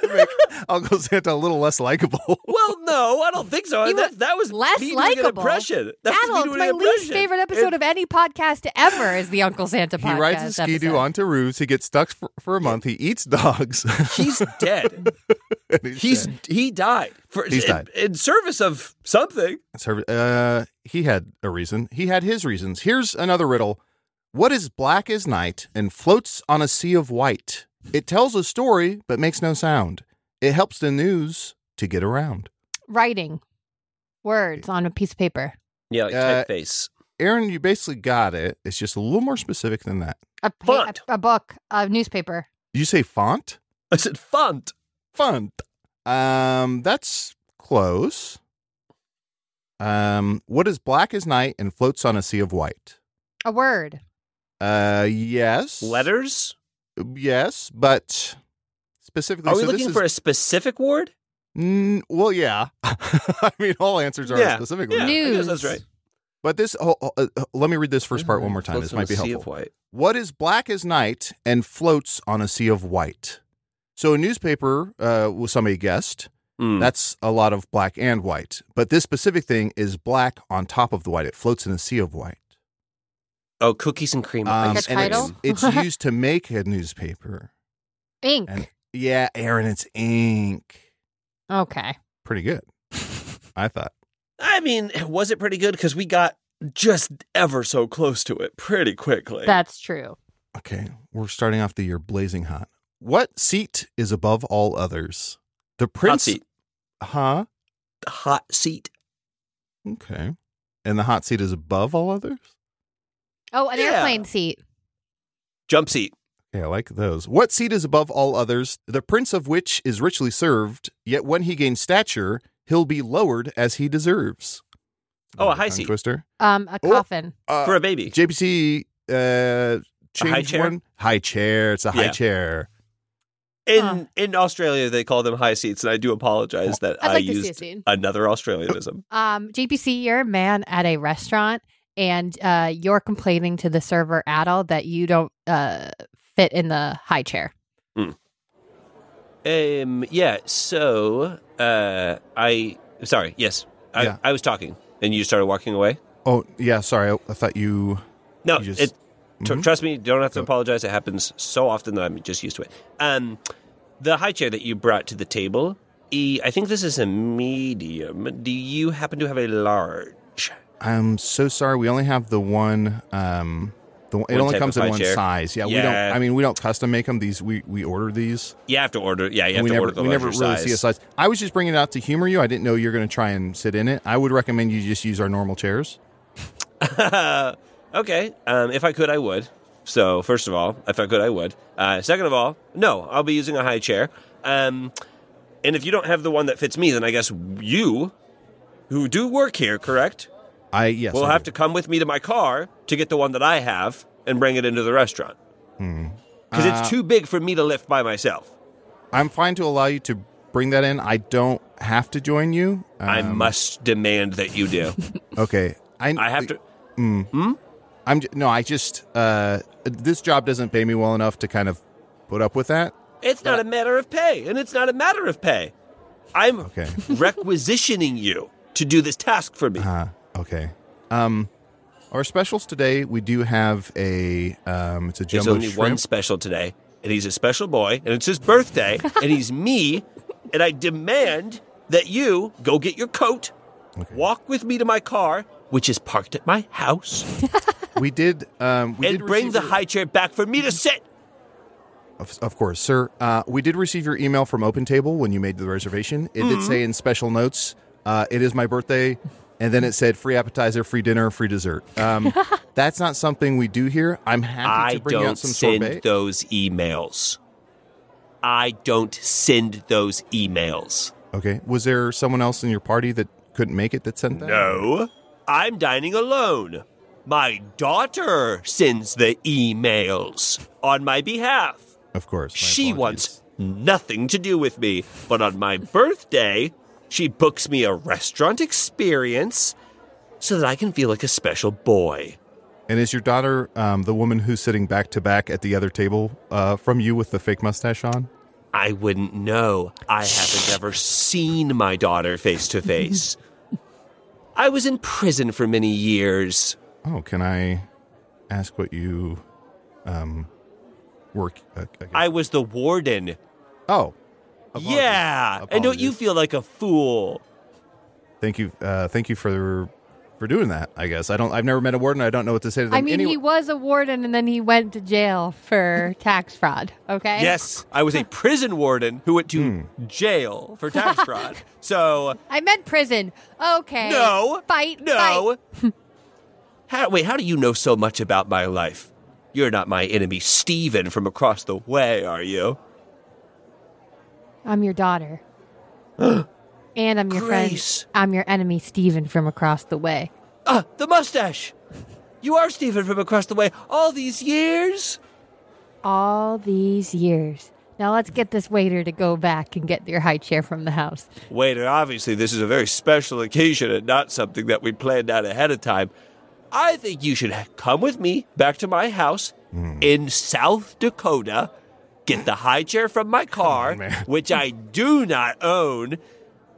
S5: to make [laughs] Uncle Santa a little less likable.
S4: [laughs]
S2: Well, no, I don't think so.
S4: He
S2: Uh, that,
S4: was
S2: that was
S4: less
S2: me doing an
S4: likable.
S2: impression. That was me
S4: Adults,
S2: doing an
S4: my least
S2: impression.
S4: favorite episode of any podcast ever is the Uncle Santa
S5: He
S4: podcast.
S5: rides a ski
S4: episode.
S5: doo onto roofs. He gets stuck for, for a month. He
S4: [laughs]
S5: eats dogs. [laughs]
S2: He's dead.
S5: And
S2: He's
S5: dead.
S2: he died. For,
S5: He's
S2: in,
S5: died.
S2: in service of something.
S5: Sorry, uh, he had a reason. He had his reasons. Here's another riddle: What is black as night and floats on a sea of white? It tells a story but makes no sound. It helps the news to get around.
S4: writing words on a piece of paper.
S2: Yeah, like
S5: Uh,
S2: typeface.
S5: Aaron, you basically got it. It's just a little more specific than that.
S4: A, pa-
S2: Font.
S4: a, a book, a newspaper.
S5: Did you say font?
S2: I said font.
S5: Font. Um, that's close. Um, what is black as night and floats on a sea of white?
S4: A word.
S5: Uh, yes.
S2: Letters?
S5: Yes, but specifically.
S2: Are we
S5: so this
S2: looking
S5: is-
S2: for a specific word?
S5: Mm, well, yeah. [laughs] I mean, all answers are
S2: Yeah.
S5: specific.
S2: Yeah, I
S4: News.
S2: guess that's right.
S5: But this, oh, oh, uh, uh, let me read this first part one more time.
S2: Floats
S5: This
S2: on
S5: might be
S2: a sea of
S5: helpful.
S2: white.
S5: What is black as night and floats on a sea of white? So a newspaper, uh, was somebody guessed.
S2: Mm.
S5: That's a lot of black and white. But this specific thing is black on top of the white. It floats in a sea of white.
S2: Oh, cookies and cream.
S5: Um,
S2: ice
S4: a
S5: and
S2: cream.
S4: title?
S5: It's, it's used to make a newspaper.
S4: Ink.
S5: And yeah, Aaron, it's ink.
S4: okay.
S5: Pretty good. I thought.
S2: I mean, was it pretty good? Because we got just ever so close to it pretty quickly.
S4: That's true.
S5: Okay, we're starting off the year blazing hot. What seat is above all others? The prince.
S2: hot seat.
S5: Huh?
S2: Hot seat.
S5: Okay. And the hot seat is above all others?
S4: Oh, an
S2: Yeah.
S4: airplane seat.
S2: Jump seat.
S5: Yeah, I like those. What seat is above all others, the prince of which is richly served, yet when he gains stature, he'll be lowered as he deserves?
S2: Oh, a
S5: Another
S2: high
S5: tongue
S2: seat.
S5: Twister.
S4: Um, a
S5: Oh.
S4: coffin.
S5: Uh,
S2: for a baby.
S5: JPC uh, changed
S2: chair?
S5: one. High chair. It's a high
S2: Yeah.
S5: chair.
S2: In
S4: Huh.
S2: in Australia, they call them high seats, and I do apologize that
S4: I'd
S2: I
S4: like to see a
S2: used
S4: scene.
S2: another Australianism.
S4: Um, JPC, you're a man at a restaurant, and uh, you're complaining to the server Adel that you don't uh fit in the high chair.
S2: [laughs] um, yeah. So, uh, I sorry. Yes, I,
S5: Yeah.
S2: I was talking, and you started walking away.
S5: Oh, yeah, sorry. I, I thought you.
S2: No,
S5: You just-
S2: it, tr-
S5: Mhm.
S2: trust me, you don't have to apologize. It happens so often that I'm just used to it. Um, the high chair that you brought to the table, e, I think this is a medium. Do you happen to have a large?
S5: I'm so sorry. We only have the one. Um, the one, it
S2: One
S5: only
S2: type
S5: comes
S2: of
S5: in
S2: high
S5: one
S2: chair.
S5: size. Yeah, we
S2: Yeah.
S5: don't. I mean, we don't custom make them. These we we order these.
S2: You have to order. Yeah, you have
S5: we
S2: to
S5: never
S2: order the
S5: we
S2: larger
S5: never really
S2: size.
S5: see a size. I was just bringing it out to humor you. I didn't know you were going to try and sit in it. I would recommend you just use our normal chairs.
S2: [laughs] okay. Um, if I could, I would. So, first of all, if I could, I would. Uh, second of all, no, I'll be using a high chair. Um, and if you don't have the one that fits me, then I guess you, who do work here, correct,
S5: I yes.
S2: will
S5: I
S2: have
S5: do.
S2: to come with me to my car to get the one that I have and bring it into the restaurant
S5: Hmm.
S2: because it's
S5: Uh,
S2: too big for me to lift by myself.
S5: I'm fine to allow you to bring that in. I don't have to join you. Um,
S2: I must demand that you do.
S5: Okay. I,
S2: I have to.
S5: I'm j- no. I just uh, this job doesn't pay me well enough to kind of put up with that.
S2: It's not a matter of pay, and it's not a matter of pay. I'm
S5: Okay. [laughs]
S2: requisitioning you to do this task for me.
S5: Uh, okay. Um, our specials today we do have a um, it's a
S2: There's
S5: jumbo
S2: only
S5: shrimp.
S2: one special today, and he's a special boy, and it's his birthday,
S5: [laughs]
S2: and he's me, and I demand that you go get your coat, walk with me to my car, which is parked at my house,
S5: we did um, we
S2: and
S5: did
S2: bring
S5: receive Mm-hmm.
S2: the
S5: your-
S2: high chair back for me to sit.
S5: Of, of course, sir. Uh, we did receive your email from Open Table when you made the reservation. It
S2: Mm-hmm.
S5: did say in special notes, uh, "It is my birthday," and then it said free appetizer, free dinner, free dessert.
S2: [laughs]
S5: Um, that's not something we do here. I'm
S2: I
S5: happy to bring
S2: don't
S5: out some
S2: send
S5: sorbet.
S2: those emails. I don't send those emails.
S5: okay. Was there someone else in your party that couldn't make it that sent that?
S2: No, I'm dining alone. My daughter sends the emails on my behalf.
S5: Of course. my
S2: She
S5: apologies.
S2: wants nothing to do with me, but on my birthday, she books me a restaurant experience so that I can feel like a special boy.
S5: And is your daughter um, the woman who's sitting back to back at the other table uh, from you with the fake mustache on?
S2: I wouldn't know. I haven't ever seen my daughter face to face. I was in prison for many years.
S5: Oh, can I ask what you um, work? Uh, I guess-
S2: I was the warden.
S5: oh, Apologies.
S2: Yeah. And don't you
S5: Apologies.
S2: feel like a fool?
S5: thank you, uh, thank you for for doing that. I guess I don't. I've never met a warden. I don't know what to say to them.
S4: I mean,
S5: Anyway-
S4: he was a warden and then he went to jail
S2: [laughs]
S4: for tax fraud. Okay.
S2: Yes, I
S4: [laughs]
S2: was a prison warden who went to
S4: Hmm.
S2: jail for tax
S4: [laughs]
S2: fraud. so
S4: I meant prison. Okay.
S2: No.
S4: Fight.
S2: No. [laughs] how, wait, how do you know so much about my life? You're not my enemy, Steven, from across the way, are you?
S4: Fight. I'm your
S2: [gasps]
S4: daughter. and I'm your
S2: Grace.
S4: friend. I'm your enemy, Steven, from across the way.
S2: Ah, the mustache! You are Steven from across the way all these years?
S4: All these years. Now let's get this waiter to go back and get your high chair from the house.
S2: Waiter, obviously, this is a very special occasion and not something that we planned out ahead of time. I think you should come with me back to my house in South Dakota, get the high chair from my car,
S5: man.
S2: which I do not own,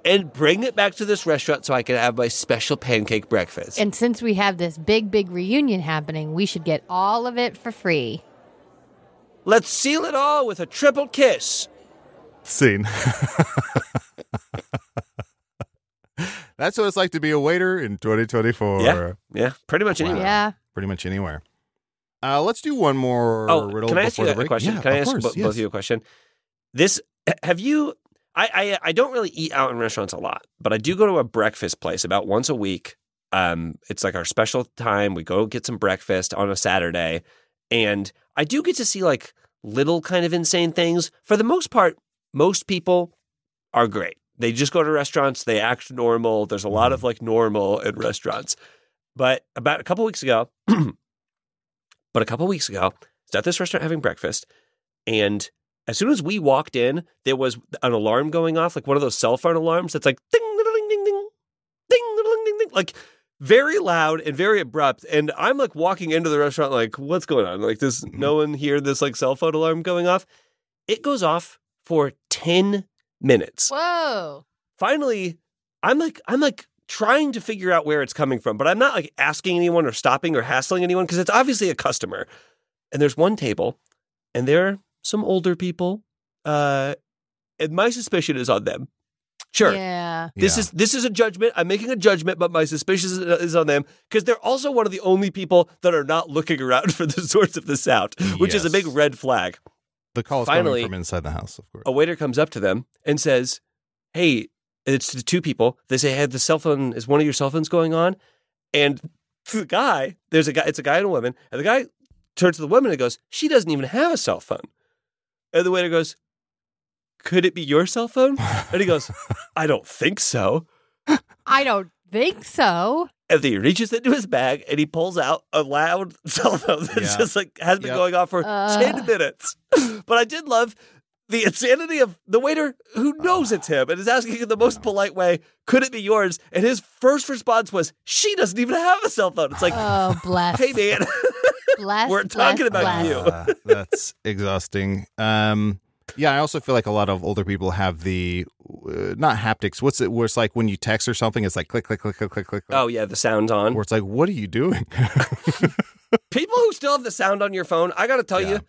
S2: and bring it back to this restaurant so I can have my special pancake breakfast.
S4: And since we have this big, big reunion happening, we should get all of it for free.
S2: Let's seal it all with a triple kiss.
S5: scene. [laughs] That's what it's like to be a waiter in 2024.
S2: Yeah. Yeah, pretty much anyway.
S4: Yeah.
S5: Pretty much anywhere. Uh, let's do one more
S2: Oh,
S5: riddle.
S2: can I ask you
S5: before the
S2: a
S5: break.
S2: question?
S5: Yeah,
S2: can I
S5: of
S2: ask
S5: course,
S2: bo- both
S5: yes.
S2: of you a question? This [clears throat] have you? I, I I don't really eat out in restaurants a lot, but I do go to a breakfast place about once a week. Um, it's like our special time. We go get some breakfast on a Saturday, and I do get to see like little kind of insane things. For the most part, most people are great. They just go to restaurants. They act normal. There's a lot of like normal in restaurants. But about a couple weeks ago, [clears throat] but a couple weeks ago, I was at this restaurant having breakfast, and as soon as we walked in, there was an alarm going off, like one of those cell phone alarms that's like ding ding ding ding ding ding ding ding, like very loud and very abrupt. And I'm like walking into the restaurant, like, what's going on? Like, does no one hear this like cell phone alarm going off? It goes off for ten minutes
S4: Whoa.
S2: finally i'm like i'm like trying to figure out where it's coming from but i'm not like asking anyone or stopping or hassling anyone because it's obviously a customer and there's one table and there are some older people uh and my suspicion is on them sure
S4: Yeah.
S2: This
S5: Yeah.
S2: is this is a judgment. I'm making a judgment, but my suspicion is- is on them because they're also one of the only people that are not looking around [laughs] for the source of the sound, which is a big
S5: Yes.
S2: red flag
S5: The call is
S2: Finally-
S5: coming from inside the house, of course.
S2: a waiter comes up to them and says, "Hey, it's the two people." They say, "Hey, the cell phone is one of your cell phones going on?" And the guy, there's a guy, it's a guy and a woman, and the guy turns to the woman and goes, "She doesn't even have a cell phone." And the waiter goes, Oh.
S5: [laughs]
S2: "Could it be your cell phone?" And he goes, "I don't think so."
S4: I don't think so.
S2: And then he reaches into his bag and he pulls out a loud [laughs] cell phone that's
S5: Yeah.
S2: just like has been
S5: Yep.
S2: going off for
S4: Uh.
S2: 10 minutes. [laughs] But I did love the insanity of the waiter who knows it's him and is asking in the most polite way, could it be yours? And his first response was, she doesn't even have a cell phone. It's like,
S4: Oh, [laughs] bless.
S2: hey, man. [laughs]
S4: bless
S2: we're talking about
S4: bless.
S2: you.
S5: Uh, that's exhausting. Um, yeah, I also feel like a lot of older people have the uh, not haptics. What's it? Where it's like when you text or something, it's like click, click, click, click, click, click. click,
S2: oh, yeah, the sound's on.
S5: Where it's like, what are you doing?
S2: People who still have the sound on your phone, I got to [laughs] tell
S5: Yeah.
S2: you,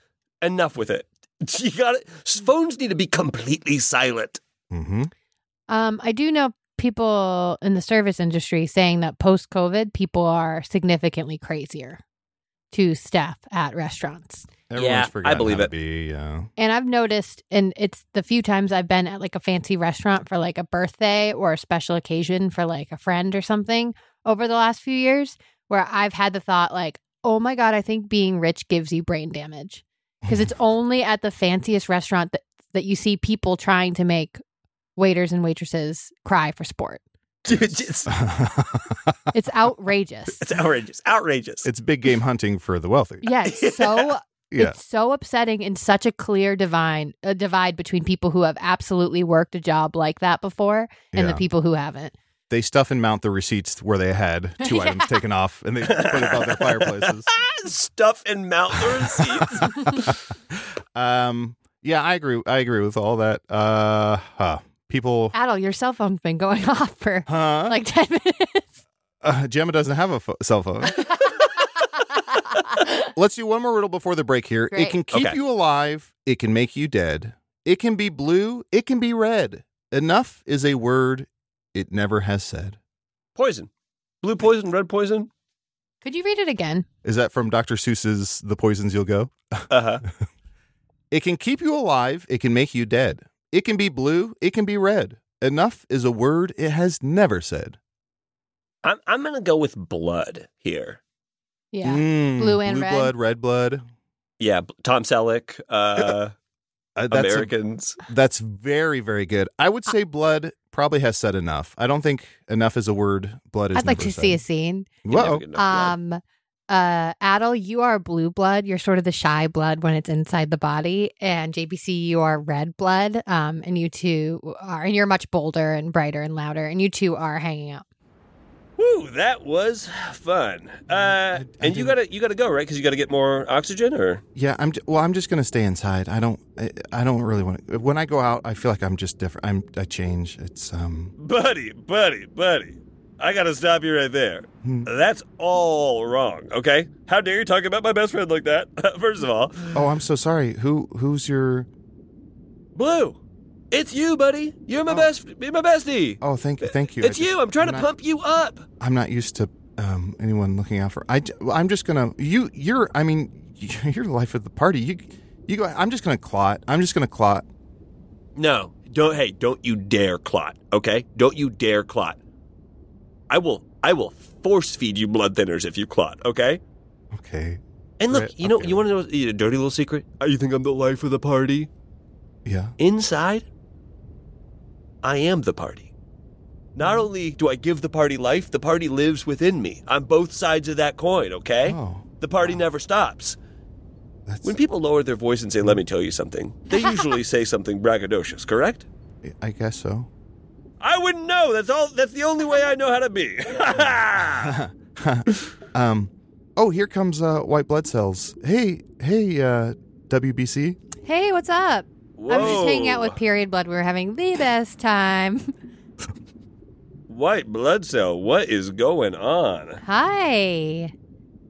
S2: enough with it. [laughs] You got it. Phones need to be completely silent. [laughs]
S5: mm-hmm.
S4: Um, I do know people in the service industry saying that post COVID, people are significantly crazier to staff at restaurants.
S2: Yeah, I believe
S5: how
S2: it.
S5: To be, yeah.
S4: And I've noticed, and it's the few times I've been at like a fancy restaurant for like a birthday or a special occasion for like a friend or something over the last few years, where I've had the thought, like, oh my God, I think being rich gives you brain damage. Because it's only at the fanciest restaurant that, that you see people trying to make waiters and waitresses cry for sport.
S2: Dude, it's,
S4: It's outrageous.
S2: it's outrageous. Outrageous.
S5: [laughs] it's big game hunting for the wealthy.
S4: yeah,
S5: [laughs]
S4: it's so
S5: Yeah.
S4: it's so upsetting and such a clear divine uh, divide between people who have absolutely worked a job like that before and the
S5: Yeah.
S4: people who haven't.
S5: they stuff and mount the receipts where they had
S4: [laughs]
S5: two items taken off and they put it above their fireplaces.
S2: Stuff and mount the
S5: [laughs]
S2: receipts.
S5: Um, yeah, I agree. I agree with all that. Uh, huh. People,
S4: Adel, your cell phone's been going [laughs] off for
S5: huh?
S4: like ten
S5: [laughs]
S4: minutes.
S5: Uh, Gemma doesn't have a pho- cell
S4: [laughs]
S5: phone. Let's do one more riddle before the break here.
S4: Great.
S5: It can keep
S2: Okay.
S5: you alive. It can make you dead. It can be blue. It can be red. Enough is a word it never has said.
S2: poison. Blue poison, red poison.
S4: Could you read it again?
S5: Is that from Dr. Seuss's The Poisons You'll Go? [laughs]
S2: Uh-huh.
S5: It can keep you alive. It can make you dead. It can be blue. It can be red. Enough is a word it has never said.
S2: I'm I'm gonna go with blood here.
S4: Yeah.
S5: Mm,
S4: Blue and
S5: blue
S4: red.
S5: blood, red blood.
S2: Yeah, b- Tom Selleck, uh,
S5: [laughs] Uh, that's a-
S2: Americans.
S5: that's very very good. I would say blood probably has said enough. I don't think enough is a word. Blood is.
S4: I'd like
S5: never
S4: to see a
S5: said.
S4: scene.
S2: You never
S5: Whoa.
S2: get enough blood.
S4: Um uh Adel, you are blue blood. You're sort of the shy blood when it's inside the body. And JBC, you are red blood. Um, and you two are and you're much bolder and brighter and louder. And you two are hanging out.
S2: Woo, that was fun. Uh,
S5: I
S2: and you
S5: didn't-
S2: gotta you gotta go right because you gotta get more oxygen or
S5: Yeah, I'm. j- Well, I'm just gonna stay inside. I don't. I, I don't really want to. When I go out, I feel like I'm just different. I'm. I change. It's um.
S8: Buddy, buddy, buddy. I gotta stop you right there.
S5: Hmm.
S8: That's all wrong, okay? How dare you talk about my best friend like that? [laughs] First of all,
S5: Oh, I'm so sorry. Who? Who's your?
S2: blue. It's you, buddy. You're my best. You're my bestie.
S5: Oh, thank. Thank you. I
S2: it's
S5: just-
S2: you. I'm trying to
S5: not-
S2: pump you up.
S5: I'm not used to um, anyone looking out for. I. j- well, I'm just gonna. You. You're. I mean, [laughs] you're the life of the party. You. You go. I'm just gonna clot. I'm just gonna clot.
S2: No, don't. Hey, don't you dare clot. Okay, don't you dare clot. I will. I will force feed you blood thinners if you clot. Okay.
S5: Okay.
S2: And look,
S5: Right,
S2: you know,
S5: okay.
S2: you want to know a dirty little secret? Uh, You think I'm the life of the party?
S5: Yeah.
S2: Inside, I am the party. Not only do I give the party life, the party lives within me. I'm both sides of that coin. Okay.
S5: Oh.
S2: The party never stops.
S5: That's.
S2: When people lower their voice and say, "Let me tell you something," [laughs] they usually say something braggadocious. Correct?
S5: I guess so.
S2: I wouldn't know. That's all. That's the only way I know how to be. [laughs]
S5: Um. Oh, here comes uh, white blood cells. Hey. Hey. Uh, WBC.
S4: Hey, what's up? I'm just hanging out with
S2: Whoa.
S4: period blood. We were having the best time.
S2: White blood cell. What is going on?
S4: Hi.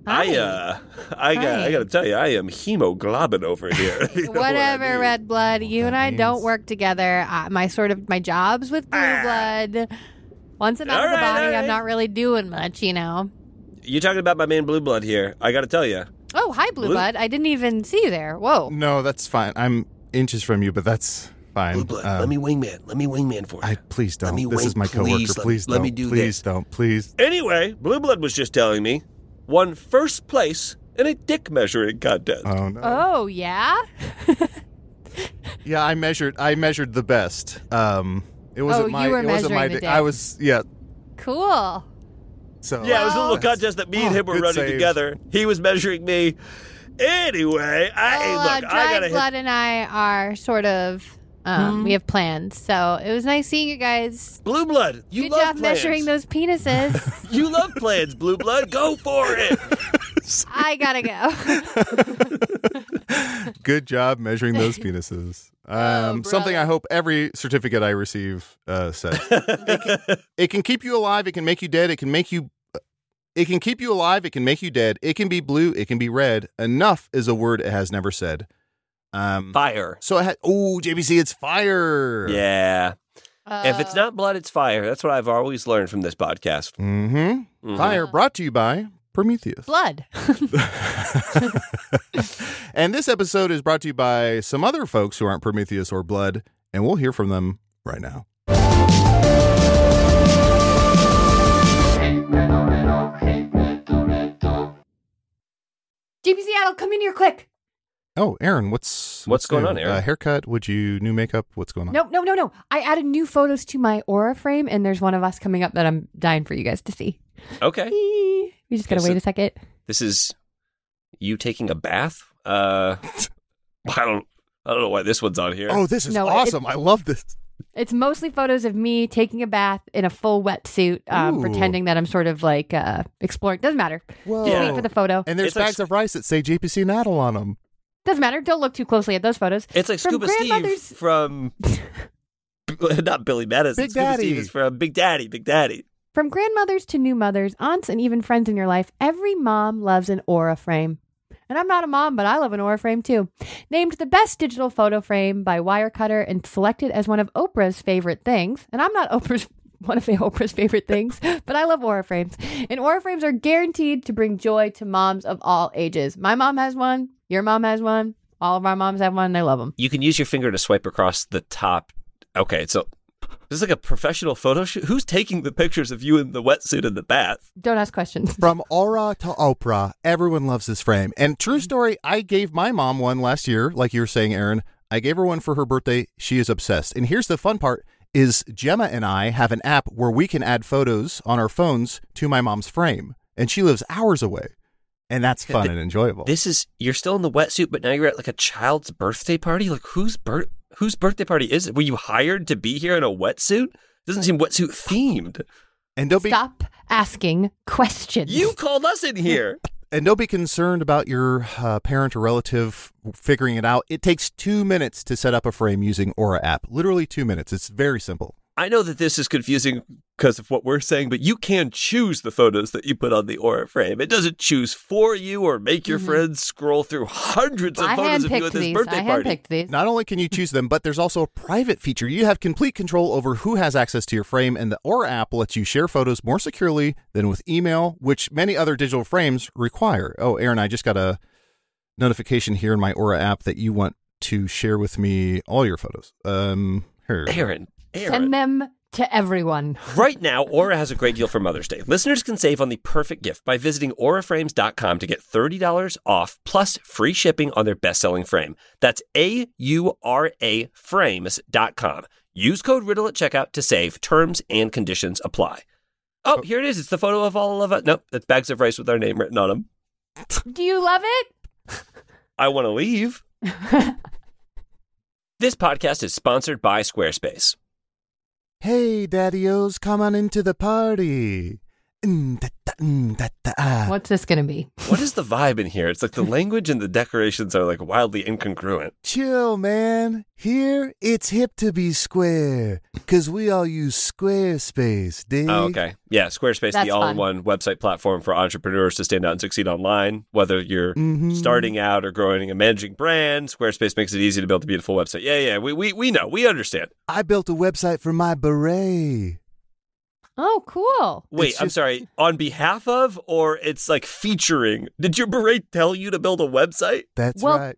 S2: I uh, I got.
S4: Hi.
S2: I got to tell you, I am hemoglobin over here. [laughs] You know [laughs] what I
S4: [laughs] Whatever,
S2: mean?
S4: red blood. You and I
S5: that
S4: don't
S5: means-
S4: work together. Uh, my sort of my jobs with blue blood. Once I'm out
S2: Ah. All
S4: of the
S2: right,
S4: body,
S2: all
S4: I'm
S2: right.
S4: not really doing much, you know.
S2: You're talking about my man, blue blood here. I got to tell you.
S4: Oh, hi, blue,
S2: Blue?
S4: blood. I didn't even see you there. Whoa.
S5: No, that's fine. I'm inches from you, but that's fine.
S2: Blue blood.
S5: Um,
S2: let me wingman. Let me wingman for you.
S5: I please
S2: Let
S5: don't.
S2: me
S5: this
S2: wait,
S5: is my coworker.
S2: please,
S5: Please,
S2: let- let
S5: please
S2: me
S5: don't.
S2: do
S5: please
S2: this.
S5: don't. Please.
S2: Anyway, blue blood was just telling me, won first place in a dick measuring contest.
S5: Oh no.
S4: Oh, yeah?
S5: yeah, I measured. I measured the best. Um, it
S4: Oh,
S5: wasn't my.
S4: you were
S5: it wasn't my.
S4: measuring the
S5: dick. I
S4: dick.
S5: was. Yeah.
S4: Cool.
S5: So
S8: Yeah, it was a little
S5: that's-
S8: contest that me and
S5: Oh,
S8: him were
S5: good
S8: running
S5: save.
S8: together. He was measuring me. Anyway, I hey,
S4: Well, uh,
S8: look, I
S4: Dry
S8: gotta hit
S4: Blood and I are sort of. Um, We have plans, so it was nice seeing you guys.
S8: Blue Blood. You
S4: Good
S8: love
S4: job
S8: plans.
S4: measuring
S8: [laughs]
S4: those
S2: [laughs]
S4: penises.
S8: You love plans, Blue Blood. Go for it.
S4: I gotta
S8: [laughs]
S4: go.
S5: [laughs] Good job measuring those penises. Um, something I hope every certificate I receive uh, says. it, can, it can keep you alive. It can make you dead. It can make you. uh, It can keep you alive. It can make you dead. It can be blue. It can be red. Enough is a word it has never said. Um,
S2: Fire.
S5: so I had. Oh, JBC, it's fire.
S2: Yeah. if
S4: Uh,
S2: it's not blood, it's fire. That's what I've always learned from this podcast.
S5: Mm-hmm.
S2: Mhm.
S5: Fire brought to you by Prometheus.
S4: blood.
S5: [laughs] and this episode is brought to you by some other folks who aren't Prometheus or Blood, and we'll hear from them right now.
S4: JP Seattle, come in here quick.
S5: Oh, Aaron, what's
S2: What's going
S5: new?
S2: on, Aaron?
S5: Uh, haircut? Would you new makeup? What's going on?
S4: No, no, no, no. I added new photos to my aura frame, and there's one of us coming up that I'm dying for you guys to see.
S2: Okay.
S4: We just gotta
S2: Okay, so-
S4: wait a second.
S2: This is you taking a bath. Uh, [laughs] I don't. I don't know why this one's on here.
S5: Oh, this is
S4: No, it-
S5: awesome! I love this.
S4: It's mostly photos of me taking a bath in a full wetsuit, um,
S5: Ooh.
S4: pretending that I'm sort of like uh, exploring. Doesn't matter.
S5: Whoa!
S4: Just wait for the photo.
S5: and there's
S2: It's like-
S5: bags of rice that say JPC Natal on them.
S4: Doesn't matter. Don't look too closely at those photos.
S2: it's like
S4: From
S2: Scuba Steve
S4: grandmother's- [laughs]
S2: from [laughs] not Billy Madison.
S5: Big
S2: Scuba
S5: Daddy.
S2: Steve is from Big Daddy. Big Daddy.
S4: From grandmothers to new mothers, aunts, and even friends in your life, every mom loves an aura frame. And I'm not a mom, but I love an aura frame too. Named the best digital photo frame by Wirecutter and selected as one of Oprah's favorite things. And I'm not [laughs] Oprah's one of Oprah's favorite things, [laughs] but I love aura frames. And aura frames are guaranteed to bring joy to moms of all ages. My mom has one, your mom has one, all of our moms have one, and I love them.
S2: You can use your finger to swipe across the top. Okay, so this is like a professional photo shoot. Who's taking the pictures of you in the wetsuit in the bath?
S4: Don't ask questions.
S5: From aura to Oprah, everyone loves this frame. And
S2: Mm-hmm.
S5: true story, I gave my mom one last year, like you were saying, Aaron. I gave her one for her birthday. She is obsessed. And here's the fun part is Gemma and I have an app where we can add photos on our phones to my mom's frame. And she lives hours away. And that's fun
S2: Th-
S5: and enjoyable.
S2: This is you're still in the wetsuit, but now you're at like a child's birthday party. Like whose bir- whose birthday party is it? Were you hired to be here in a wetsuit? Doesn't seem wetsuit themed.
S5: and don't be
S4: Stop asking questions.
S2: You called us in here.
S5: and don't be concerned about your uh, parent or relative figuring it out. It takes 2 minutes to set up a frame using Aura app. Literally 2 minutes. It's very simple.
S2: I know that this is confusing because of what we're saying, but you can choose the photos that you put on the aura frame. It doesn't choose for you or make your friends scroll through hundreds of
S4: Mm-hmm. I
S2: photos of you
S4: handpicked
S2: at this
S4: these.
S2: birthday
S4: I
S2: party.
S4: handpicked these.
S5: Not only can you choose them, but there's also a private feature. You have complete control over who has access to your frame, and the Aura app lets you share photos more securely than with email, which many other digital frames require. Oh, Aaron, I just got a notification here in my Aura app that you want to share with me all your photos. Um, here.
S2: Aaron, Aaron,
S4: Send them to [laughs] everyone.
S2: Right now, Aura has a great deal for Mother's Day. Listeners can save on the perfect gift by visiting auraframes.com to get $30 off plus free shipping on their best-selling frame. That's a u r a frames.com. Use code riddle at checkout to save. Terms and conditions apply. Oh, here it is. It's the photo of all of us. Nope, that's bags of rice with our name written on them.
S4: Do you love it?
S2: I want to leave. this podcast is sponsored by Squarespace.
S5: Hey, daddy-os, come on into the party. Mm, da, da, mm, da, da, ah.
S4: What's this going to be?
S2: What is the vibe in here? It's like the language and the decorations are like wildly incongruent.
S5: Chill, man. Here, it's hip to be square, because we all use Squarespace, dig?
S2: Oh, okay. Yeah, Squarespace,
S4: That's
S2: the all-in-one website platform for entrepreneurs to stand out and succeed online. Whether you're
S5: Mhm.
S2: starting out or growing and managing brand, Squarespace makes it easy to build a beautiful website. Yeah, yeah, we we, we know, we understand.
S5: I built a website for my beret.
S4: Oh, cool.
S2: Wait,
S5: It's
S2: I'm
S5: just-
S2: sorry. On behalf of, or it's like featuring. Did your beret tell you to build a website?
S5: That's
S4: Well-
S5: right.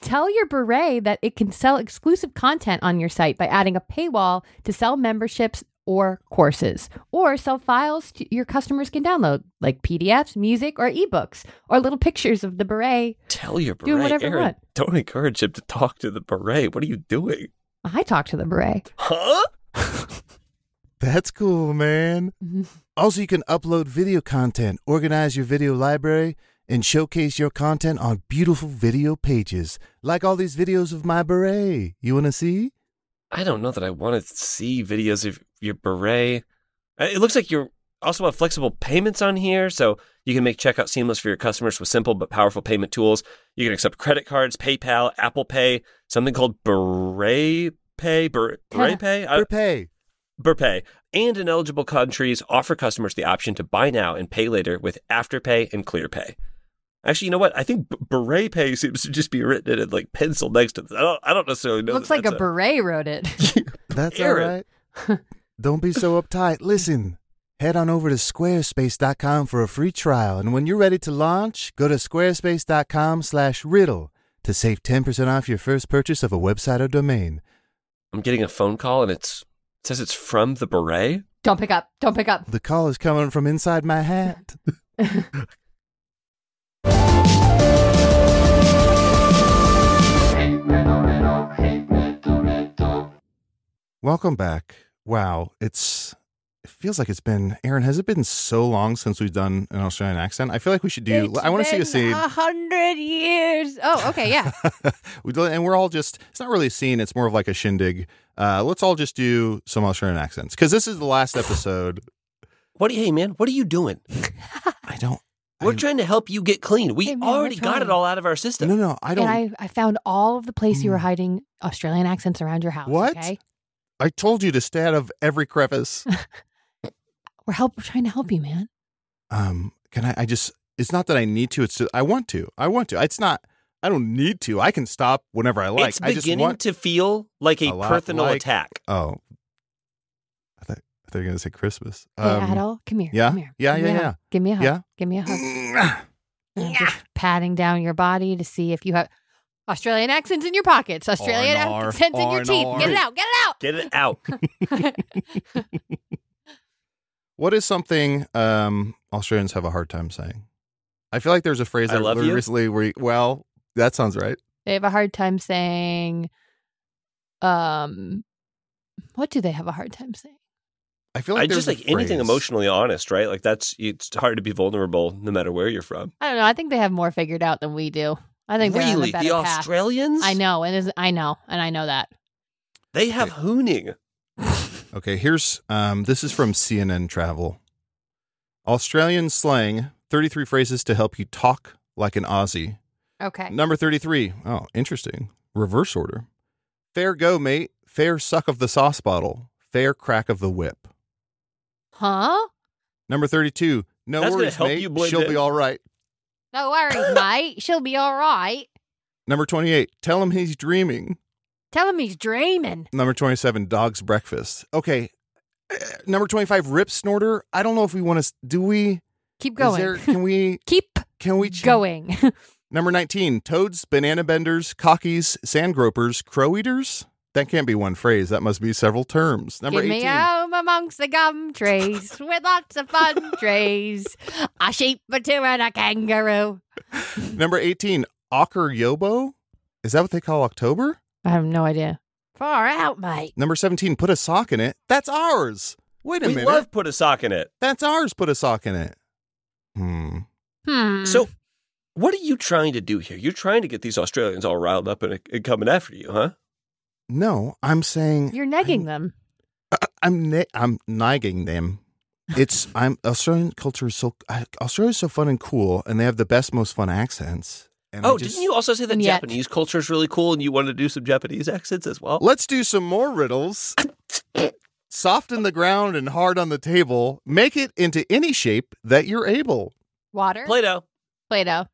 S4: Tell your beret that it can sell exclusive content on your site by adding a paywall to sell memberships or courses, or sell files to your customers can download, like PDFs, music, or ebooks, or little pictures of the beret.
S2: Tell your beret.
S4: Do whatever you
S2: Aaron,
S4: want.
S2: Don't encourage him to
S4: [laughs]
S2: talk to the beret. What are you doing?
S4: I talk to the beret.
S2: Huh?
S5: That's cool, man. Also, you can upload video content, organize your video library, and showcase your content on beautiful video pages, like all these videos of my beret. You want to see?
S2: I don't know that I want to see videos of your beret. Uh, It looks like you're also have flexible payments on here, so you can make checkout seamless for your customers with simple but powerful payment tools. You can accept credit cards, PayPal, Apple Pay, something called Beret Pay, Ber- Beret Pay, I-
S5: Pay.
S2: Burpay, and in eligible countries, offer customers the option to buy now and pay later with Afterpay and ClearPay. Actually, you know what? I think B- Beret Pay seems to just be written in like pencil next to. This. I don't. I don't necessarily know.
S4: Looks
S2: that
S4: like a
S2: that's
S4: beret wrote it. [laughs]
S5: That's
S2: Aaron.
S5: all right. Don't be so uptight. Listen, head on over to squarespace.com for a free trial, and when you're ready to launch, go to squarespace.com/riddle to save 10% off your first purchase of a website or domain.
S2: I'm getting a phone call, and it's it says it's from the Beret.
S4: Don't pick up. Don't pick up.
S5: The call is coming from inside my hat. Welcome back. Wow, it's it feels like it's been Aaron. Has it been so long since we've done an Australian accent? I feel like we should do. I want to see a scene.
S4: A hundred years. Oh, okay, yeah.
S5: [laughs] we do, and we're all just it's not really a scene it's more of like a shindig uh let's all just do some australian accents because this is
S4: [sighs]
S5: the last episode
S2: What? Hey, man, what are you doing?
S5: i don't
S2: We're
S5: I-
S2: trying to help you get clean. We
S4: Hey, man, we're
S2: already got it
S4: trying.
S2: all out of our system.
S5: no no i
S4: and
S5: don't I,
S4: I, I found all of the place you were hiding Australian accents around your house.
S5: What?
S4: Okay?
S5: told you to stay out of every crevice
S4: We're help. We're trying to help you, man.
S5: um can i i just it's not that i need to it's just, i want to i want to it's not i don't need to i can stop whenever i like
S2: it's
S5: i just
S2: beginning
S5: want
S2: to feel like a,
S5: A lot
S2: personal
S5: like-
S2: attack.
S5: oh i thought I thought you were gonna say christmas
S4: Hey,
S5: Um,
S4: Adol, come here.
S5: yeah?
S4: Come here.
S5: Yeah,
S4: Give
S5: yeah,
S4: me a
S5: yeah.
S4: hug. Give me a hug.
S5: Yeah?
S4: Give me a hug.
S5: [laughs]
S4: I'm just patting down your body to see if you have Australian accents in your pockets, Australian
S5: R&R,
S4: accents in your teeth. Get it
S5: R&R.
S4: out. Get it
S5: [laughs]
S2: Get it out.
S4: out. [laughs]
S5: What is something um, Australians have a hard time saying? I feel like there's a phrase
S2: I love
S5: learned
S2: you?
S5: recently where, you, well, that sounds right.
S4: they have a hard time saying, um, what do they have a hard time saying?
S5: I feel like
S2: I just
S5: there's a
S2: like anything
S5: phrase.
S2: emotionally honest, right? Like that's it's hard to be vulnerable no matter where you're from.
S4: I don't know. I think they have more figured out than we do. I think they're on
S2: really,
S4: a better
S2: the
S4: path.
S2: Australians?
S4: I know, and is I know, and I know that.
S2: They have hooning.
S5: Okay, here's um, this is from CNN Travel. Australian slang: 33 phrases to help you talk like an Aussie.
S4: Okay.
S5: Number 33. Oh, interesting. Reverse order. Fair go, mate. Fair suck of the sauce bottle. Fair crack of the whip.
S4: Huh?
S5: Number 32. No
S2: That's gonna
S5: worries,
S2: help
S5: mate.
S2: you blend
S5: She'll
S2: in.
S5: be all right.
S4: No
S5: [laughs]
S4: worries, mate. She'll be all right.
S5: Number 28, tell him he's dreaming.
S4: Tell him he's dreaming.
S5: Number 27, dog's breakfast. Okay. Uh, Number 25, rip snorter. I don't know if we want to do we
S4: Keep
S5: Is
S4: going.
S5: there, can we
S4: Keep [laughs]
S5: can we ch-
S4: going.
S5: Number 19, toads, banana benders, cockies, sand gropers, crow eaters. That can't be one phrase. That must be several terms. Number
S4: Give
S5: 18.
S4: me home amongst the gum trees with lots of fun
S5: [laughs]
S4: trees. A sheep, a two, and a kangaroo.
S5: Number 18, ochre yobo. Is that what they call October?
S4: I have no idea. Far out, mate.
S5: Number 17, put a sock in it. That's ours. Wait a
S2: We
S5: minute.
S2: love put a sock in it.
S5: That's ours. Put a sock in it. Hmm.
S4: Hmm.
S2: So what are you trying to do here? You're trying to get these Australians all riled up and, and coming after you, huh?
S5: No, I'm saying
S4: you're negging
S5: I'm,
S4: them.
S5: I'm ne- I'm nagging them. It's I'm Australian culture is so I- Australia is so fun and cool, and they have the best, most fun accents. And I
S2: oh,
S5: just-
S2: didn't you also say that
S4: And yet-
S2: Japanese culture is really cool and you wanted to do some Japanese accents as well?
S5: Let's do some more riddles. Soft in the ground and hard on the table. Make it into any shape that you're able.
S4: Water?
S2: Play-Doh.
S4: Play-Doh.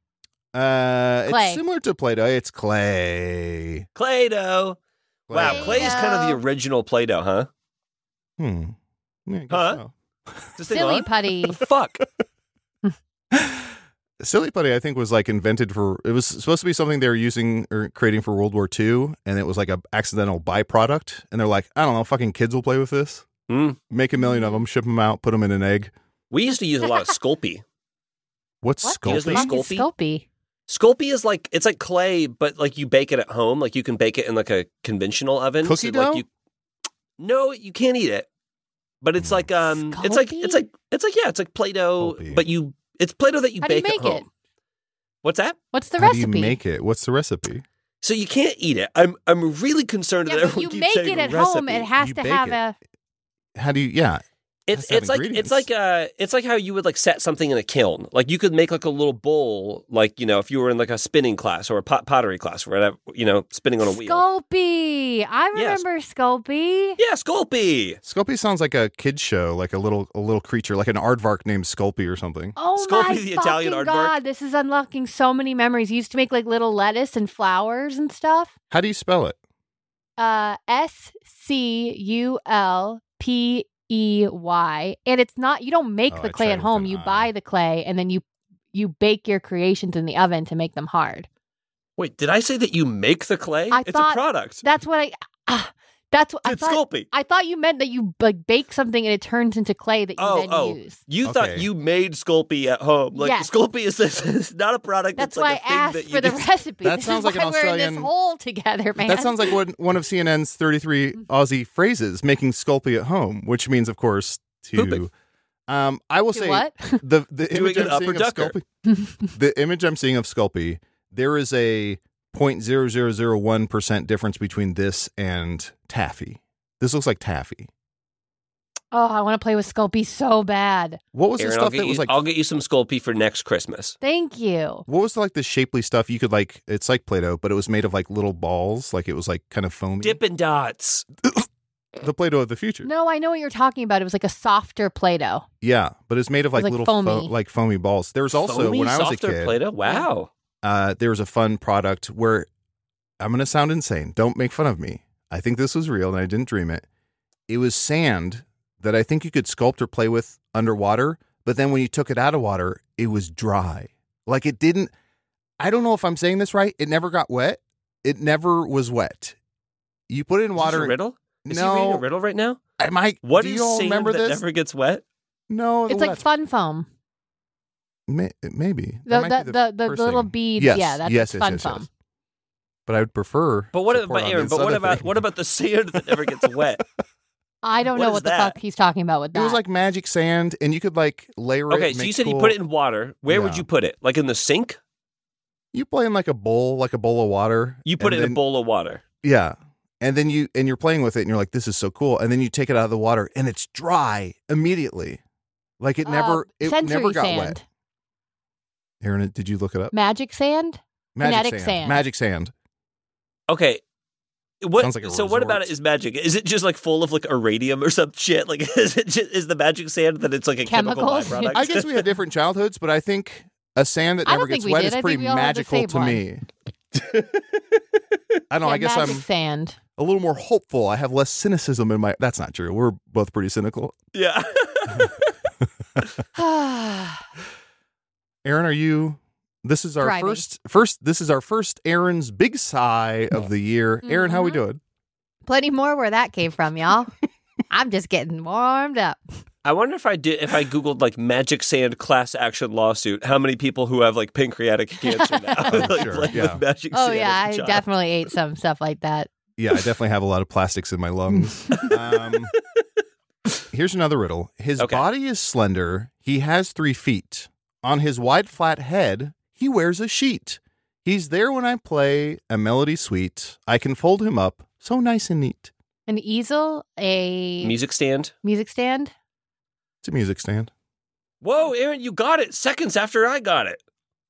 S5: Uh,
S4: Clay.
S5: It's similar to Play-Doh. It's clay.
S2: Play-Doh. Wow,
S5: Play-Doh.
S2: clay is kind of the original Play-Doh, huh?
S5: Hmm. Yeah, I guess
S2: Huh?
S5: so.
S2: Is this thing
S4: Silly
S5: [laughs]
S2: on?
S4: putty.
S2: Fuck.
S5: Silly putty, I think, was like invented for. It was supposed to be something they were using or creating for World War II, and it was like a accidental byproduct. And they're like, I don't know, fucking kids will play with this.
S2: Mm.
S5: Make a million of them, ship them out, put them in an egg.
S2: We used to use a lot of Sculpey.
S5: What's
S4: What
S2: Excuse
S4: the
S2: me,
S5: sculpting?
S4: fuck is
S2: Sculpey?
S4: Sculpey?
S2: Sculpey is like it's like clay, but like you bake it at home. Like you can bake it in like a conventional oven.
S5: Cookie
S2: like
S5: dough?
S2: you- no, you can't eat it. But it's like um, it's like it's like it's like yeah, it's like Play-Doh,
S5: Sculpey.
S2: but you it's Play-Doh that you
S4: How do you
S2: bake at
S4: make
S2: home.
S4: it?
S2: What's that?
S4: What's the
S5: How
S4: recipe?
S5: do you make it? What's the recipe?
S2: So you can't eat it. I'm I'm really concerned
S4: yeah,
S2: that
S4: but
S2: everyone
S4: you
S2: keeps
S4: make it
S2: saying
S4: at
S2: recipe.
S4: home. It has
S5: You
S4: to
S5: bake
S4: have
S5: it.
S4: a.
S5: How do you? Yeah,
S2: It's
S5: Has to have
S2: it's like it's
S5: ingredients.
S2: like uh it's like how you would like set something in a kiln. Like you could make like a little bowl, like you know, if you were in like a spinning class or a pot- pottery class, where you know, spinning on a wheel.
S4: Sculpey. I
S2: Yes.
S4: remember Sculpey.
S2: Yeah, Sculpey.
S5: Sculpey sounds like a kid show, like a little a little creature, like an aardvark named Sculpey or something.
S4: Oh
S2: Sculpey
S4: my
S2: the Italian
S4: fucking
S2: aardvark.
S4: god! This is unlocking so many memories. You used to make like little lettuce and flowers and stuff.
S5: How do you spell it?
S4: Uh, S C U L P E Y, and it's not. You don't make
S5: Oh,
S4: the
S5: I
S4: clay
S5: tried
S4: at
S5: with
S4: home.
S5: an
S4: You
S5: I.
S4: buy the clay, and then you you bake your creations in the oven to make them hard.
S2: Wait, did I say that you make the clay?
S4: I
S2: it's
S4: thought-
S2: a product.
S4: That's what I. ah, that's what I
S2: it's
S4: thought.
S2: Sculpey.
S4: I thought you meant that you like bake something and it turns into clay that you
S2: Oh,
S4: then
S2: oh.
S4: use.
S2: You
S5: Okay.
S2: thought you made Sculpey at home. Like
S4: Yes.
S2: Sculpey is [laughs] this is not a product.
S4: That's
S2: it's
S4: why
S2: like a
S4: I
S2: thing
S4: asked
S2: that you
S4: for the
S2: do.
S4: [laughs] recipe.
S5: That
S4: this
S5: sounds
S4: is
S5: like an
S4: why We're in
S5: Australian-
S4: this hole together, man.
S5: That
S4: [laughs]
S5: sounds like one, one of CNN's 33 Aussie phrases, making Sculpey at home, which means, of course,
S2: Pooping.
S5: to. Um, I will
S4: Do
S5: say
S4: what?
S5: the the
S2: Doing
S5: image
S2: an
S5: I'm seeing
S2: upper
S5: of
S2: ducker.
S5: Sculpey. the image I'm seeing of Sculpey, there is a 0.0001 percent difference between this and taffy. This looks like taffy.
S4: Oh, I want to play with Sculpey so bad.
S5: What was
S2: Aaron,
S5: the
S2: I'll
S5: stuff
S2: get
S5: that
S2: you-
S5: was like?
S2: I'll get you some Sculpey for next Christmas.
S4: Thank you.
S5: What was like the shapely stuff you could like? It's like Play-Doh, but it was made of like little balls. Like it was like kind of foamy.
S2: Dippin' Dots.
S5: The Play-Doh of the future.
S4: No, I know what you're talking about. It was like a softer Play-Doh.
S5: Yeah, but it's made of like,
S4: Like
S5: little
S4: foamy.
S5: Fo- like foamy balls. There was also
S2: Foamy,
S5: when I was a
S2: softer
S5: kid,
S2: Play-Doh. Wow.
S5: uh, there was a fun product where I'm gonna sound insane. Don't make fun of me. I think this was real and I didn't dream it. It was sand that I think you could sculpt or play with underwater, but then when you took it out of water, it was dry. Like it didn't. I don't know if I'm saying this right. It never got wet. It never was wet. You put it in
S2: Is this
S5: water.
S2: a riddle? Is he reading a
S5: no,
S2: riddle right now?
S5: am I?
S2: What
S5: do
S2: is
S5: you all
S2: sand
S5: remember
S2: that
S5: this?
S2: never gets wet?
S5: No, the
S4: It's like
S5: wet.
S4: fun foam.
S5: May- maybe
S4: The
S5: That might
S4: the,
S5: be
S4: the, the,
S5: first
S4: little
S5: thing.
S4: beads.
S5: Yes,
S4: Yeah, that's
S5: yes, yes,
S4: fun
S5: yes,
S4: foam.
S5: yes. But I would prefer.
S2: But what?
S5: to pour
S2: But
S5: on
S2: Aaron,
S5: this
S2: but what
S5: other
S2: about
S5: thing.
S2: what about the sand that never gets
S5: [laughs]
S2: wet?
S4: I don't
S2: What
S4: know
S2: is
S4: what the
S2: that?
S4: fuck he's talking about with
S5: It
S4: that.
S5: was like magic sand, and you could like layer it.
S2: okay,
S5: and
S2: so you
S5: make
S2: said you
S5: cool-
S2: put it in water. Where would
S5: Yeah.
S2: you put it? Like in the sink?
S5: You play in like a bowl, like a bowl of water.
S2: You put
S5: and
S2: it in
S5: then-
S2: a bowl of water.
S5: Yeah, and then you and you're playing with it, and you're like, "This is so cool." And then you take it out of the water, and it's dry immediately. Like it never,
S4: Uh,
S5: it
S4: sensory
S5: never got
S4: sand.
S5: wet. Aaron, did you look it up?
S4: Magic sand. kinetic sand.
S5: Magic sand.
S2: Okay. What?
S5: Sounds like a
S2: so what about it
S5: resort.
S2: is magic? Is it just like full of like iridium or some shit? Like [laughs] is it just, is the magic sand that it's like a
S4: Chemicals?
S2: chemical byproduct?
S5: I guess we had different childhoods, but I think a sand that
S4: I
S5: never
S4: don't think
S5: gets
S4: we
S5: wet
S4: did.
S5: is
S4: I think
S5: pretty
S4: we all had the
S5: magical
S4: same
S5: to
S4: one.
S5: me. I don't know.
S4: yeah,
S5: I guess
S4: magic
S5: I'm
S4: sand. [sighs]
S5: a little more hopeful. I have less cynicism in my. That's not true. We're both pretty cynical.
S2: [laughs] yeah.
S5: Aaron, are you? This is our
S4: Thriving.
S5: first first. This is our first Aaron's big sigh of the year. Aaron,
S4: Mm-hmm.
S5: how we doing?
S4: Plenty more where that came from,
S5: [laughs]
S4: y'all. I'm just getting warmed up.
S2: I wonder if I did if I googled like magic sand class action lawsuit, how many people who have like
S5: [laughs]
S2: pancreatic cancer now like,
S5: sure,
S2: play with
S5: yeah.
S2: magic
S4: Oh
S2: sand
S4: yeah,
S2: as
S4: I
S2: a child?
S4: definitely ate some stuff like that.
S5: Yeah, I definitely have a lot of plastics in
S2: [laughs]
S5: my lungs. um, here's another riddle. His
S2: Okay.
S5: body is slender. He has three feet. On his wide flat head, he wears a sheet. He's there when I play a melody sweet. I can fold him up so nice and neat.
S4: An easel, a
S2: Music stand.
S4: music stand.
S5: It's a music stand.
S2: Whoa, Aaron, you got it seconds after I got it.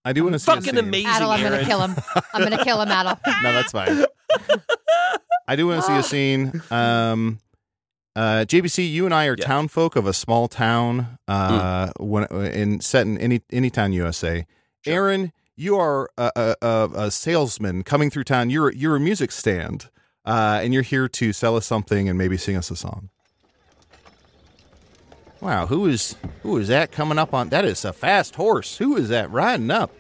S5: I do want to see a
S2: Fucking
S5: scene.
S2: amazing,
S4: Adel, I'm
S2: Aaron.
S4: gonna kill him. I'm gonna kill him, Adel.
S5: [laughs] No,
S2: [laughs]
S5: that's fine. I do want to see
S2: [gasps]
S5: a scene. Um, uh, JBC, you and I are
S2: Yeah.
S5: town folk of a small town
S2: Mm.
S5: uh, when, in set in any any town USA.
S2: Sure.
S5: Aaron, you are a, a, a, a salesman coming through town. You're you're a music stand, uh, and you're here to sell us something and maybe sing us a song. Wow, who is who is that coming up on? That is a fast horse. Who is that riding up?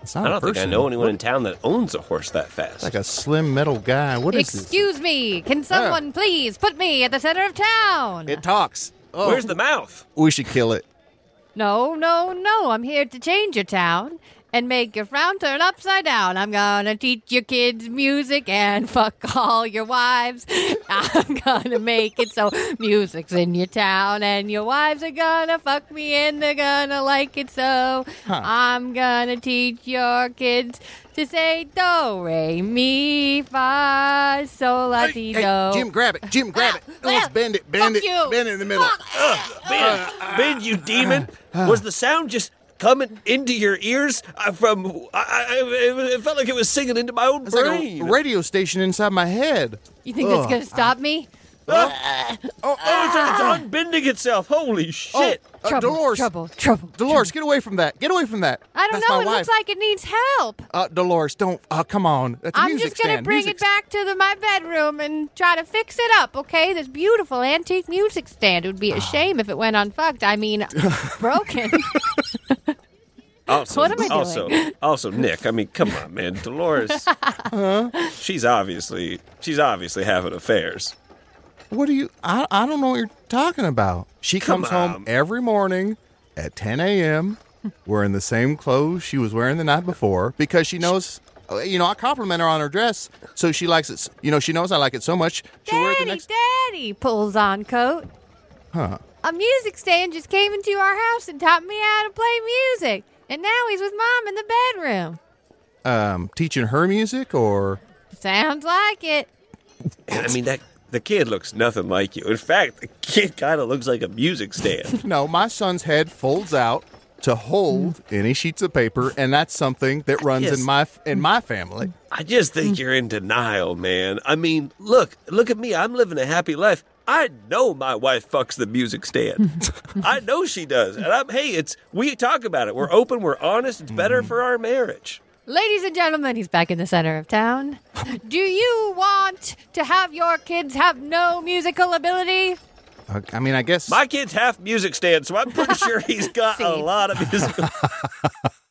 S5: It's not
S2: I
S5: a
S2: don't think I
S5: person.
S2: know anyone in town that owns a horse that fast.
S5: Like a slim metal guy. What is this?
S4: Excuse me. Can someone please put me at the center of town?
S5: Ah. It talks. Oh,
S2: Where's the mouth?
S5: we should kill it.
S4: no, no, no. I'm here to change your town. and make your frown turn upside down. I'm gonna teach your kids music and [laughs] fuck all your wives. [laughs] I'm gonna make it so music's in your town and your wives are gonna fuck me and they're gonna like it so. I'm gonna teach your kids to say do re mi fa sol la
S5: Hey,
S4: ti
S5: hey,
S4: do.
S5: Jim, grab it. Jim, grab
S4: [laughs]
S5: it. Let's bend it. Bend
S4: Fuck
S5: it.
S4: you.
S5: Bend it in the middle.
S2: Ben, Ben, you
S5: [sighs]
S2: demon! Was the sound just coming into your ears uh, from? I, I, it felt like it was singing into my own
S5: It's like a
S2: brain.
S5: radio station inside my head.
S4: You think that's gonna stop me? [laughs]
S2: Oh, oh it's, it's unbending itself! Holy shit!
S5: Ah. Oh, uh,
S4: trouble,
S5: Dolores.
S4: trouble, trouble.
S5: Dolores, get away from that. Get away from that.
S4: I don't
S5: That's
S4: know.
S5: My
S4: It
S5: wife.
S4: looks like it needs help.
S5: Uh, Dolores, don't. Uh, come on. That's a
S4: I'm
S5: music
S4: just gonna
S5: stand.
S4: bring
S5: Music
S4: it back to the, my bedroom and try to fix it up. Okay, this beautiful antique music stand. It would
S5: Ah.
S4: be a shame if it went unfucked. I
S5: [laughs]
S4: mean, broken.
S2: Also,
S4: What am I
S2: also,
S4: doing?
S2: also, Nick. I mean, come on, man,
S4: [laughs]
S2: Dolores. She's obviously she's obviously having affairs.
S5: What do you? I, I don't know what you're talking about. She
S2: Come
S5: comes
S2: on.
S5: home every morning at 10 a.m. [laughs] wearing the same clothes she was wearing the night before because she knows. uh, You know, I compliment her on her dress, so she likes it. s- You know, she knows I like it so much. She'll wear it the
S4: Daddy,
S5: next.
S4: Daddy pulls on coat.
S5: Huh.
S4: A music stand just came into our house and taught me how to play music. And now he's with mom in the bedroom.
S5: Um, teaching her music or
S4: Sounds like it.
S2: And I mean that the kid looks nothing like you. In fact, the kid kind of looks like a
S4: [laughs]
S2: music stand.
S5: no? My son's head folds out to hold any sheets of paper, and that's something that runs
S2: Yes. Mm.
S5: in my f- in my family.
S2: I just think you're in denial, man. I mean, look, look at me. I'm living a happy life. I know my wife fucks the
S4: [laughs]
S2: music stand. I know she does. And I'm hey, it's we talk about it. We're open, we're honest. It's better
S4: Mm-hmm.
S2: for our marriage.
S4: Ladies and gentlemen, he's back in the center of town. Do you want to have your kids have no musical ability?
S5: Uh, I mean, I guess
S2: My kid's half music stand, so I'm pretty sure he's got a
S4: [laughs] See.
S2: lot of music.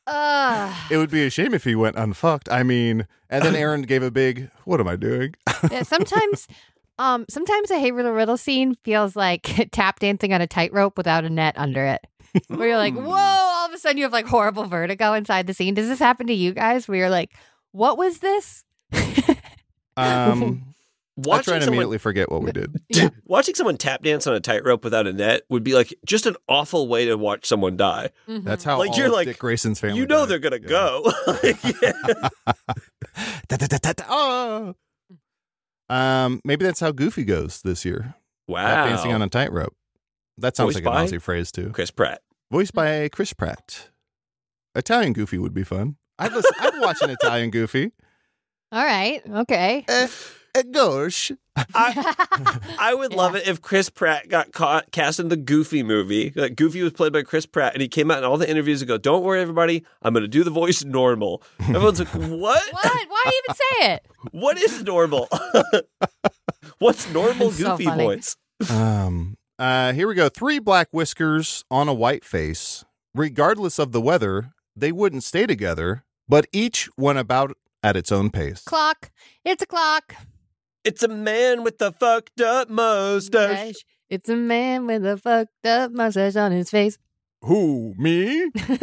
S4: Ugh.
S5: It would be a shame if he went unfucked. I mean, and then Aaron gave a big, "What am I doing?"
S4: Yeah, sometimes, [laughs] um, sometimes a Hey Riddle Riddle scene feels like [laughs] tap dancing on a tightrope without a net under it. Where you're like, whoa! All of a sudden, you have like horrible vertigo inside the scene. Does this happen to you guys? Where you're like, what was this? Mm-hmm.
S5: [laughs] Um, I try
S2: Watching someone
S5: and immediately forget what we did.
S2: Watching someone tap dance on a tightrope without a net would be like just an awful way to watch someone die.
S5: [laughs] That's how
S2: Like,
S5: all
S2: you're
S5: of
S2: like,
S5: Dick Grayson's family.
S2: you know
S5: died.
S2: they're gonna
S5: Yeah.
S2: go. [laughs]
S5: [laughs] Da, da, da, da, da, oh. Um, maybe that's how Goofy goes this year.
S2: wow,
S5: Tap Dancing on a tightrope. That sounds
S2: Voiced
S5: like an
S2: by-
S5: Aussie phrase too.
S2: Chris Pratt.
S5: Voiced by Chris Pratt. Italian Goofy would be fun. I'd listen, I'd
S2: [laughs]
S5: watch an Italian Goofy.
S4: All right, okay.
S5: Eh, eh, gosh.
S2: I, I would love it if Chris Pratt got caught, cast in the Goofy movie. Like Goofy was played by Chris Pratt, and he came out in all the interviews and go, "Don't worry, everybody, I'm going to do the voice normal." Everyone's
S5: [laughs]
S2: like, "What?
S4: [laughs] What? Why even say it?
S2: What is normal? [laughs] What's normal
S4: So
S2: Goofy
S4: funny.
S2: voice?"
S5: Um, uh, here we go. Three black whiskers on a white face. Regardless of the weather, they wouldn't stay together, but each went about at its own pace.
S4: Clock. It's a clock.
S2: It's a man with the fucked up mustache.
S4: It's a man with a fucked up mustache on his face. [laughs]
S5: Who, me?
S2: Ugh,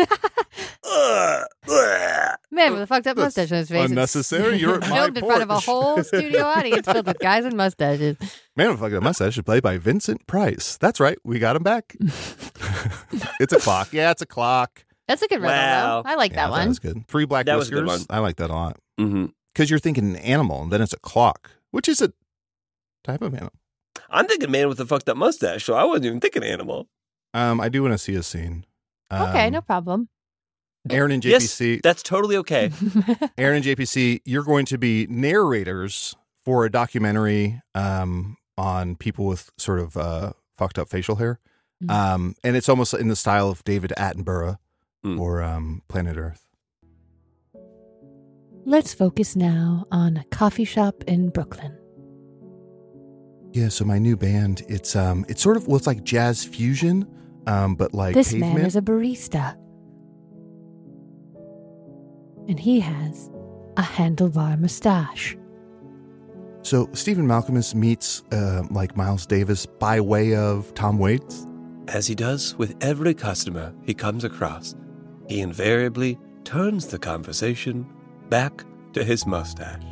S2: ugh.
S4: Man with a fucked up
S5: That's
S4: mustache on his face. It's [laughs]
S5: unnecessary. You're at my
S4: Filmed in front of a
S5: porch.
S4: whole studio
S5: [laughs]
S4: audience filled with guys and mustaches.
S5: Man with a fucking mustache is played by Vincent Price. That's right. We got him back. [laughs] it's a clock. Yeah, it's a clock.
S4: That's a good riddle.
S2: Wow.
S4: Though. I like
S5: Yeah,
S4: that one.
S5: was good. Three black
S2: That was a
S5: whiskers.
S2: good
S5: I like that a lot.
S2: Mhm.
S5: Because you're thinking an animal, and then it's a clock, which is a type of animal.
S2: I'm thinking man with the fucked up mustache, so I wasn't even thinking animal.
S5: Um, I do want to see a scene.
S4: okay,
S5: Um,
S4: no problem.
S5: Aaron and
S2: Yes,
S5: JPC,
S2: That's totally okay.
S5: Aaron and JPC, you're going to be narrators for a documentary um, on people with sort of uh, fucked up facial hair,
S4: Mm.
S5: um, and it's almost in the style of David Attenborough
S2: Mm.
S5: or um, Planet Earth.
S4: [laughs] Let's focus now on a coffee shop in Brooklyn.
S5: Yeah, so my new band, it's um, it's sort of well, it's like jazz fusion, um, but like
S4: this
S5: pavement.
S4: man is a barista. And he has a handlebar mustache.
S5: so Stephen Malcolmus meets uh, like Miles Davis by way of Tom Waits.
S2: As he does with every customer he comes across, he invariably turns the conversation back to his mustache.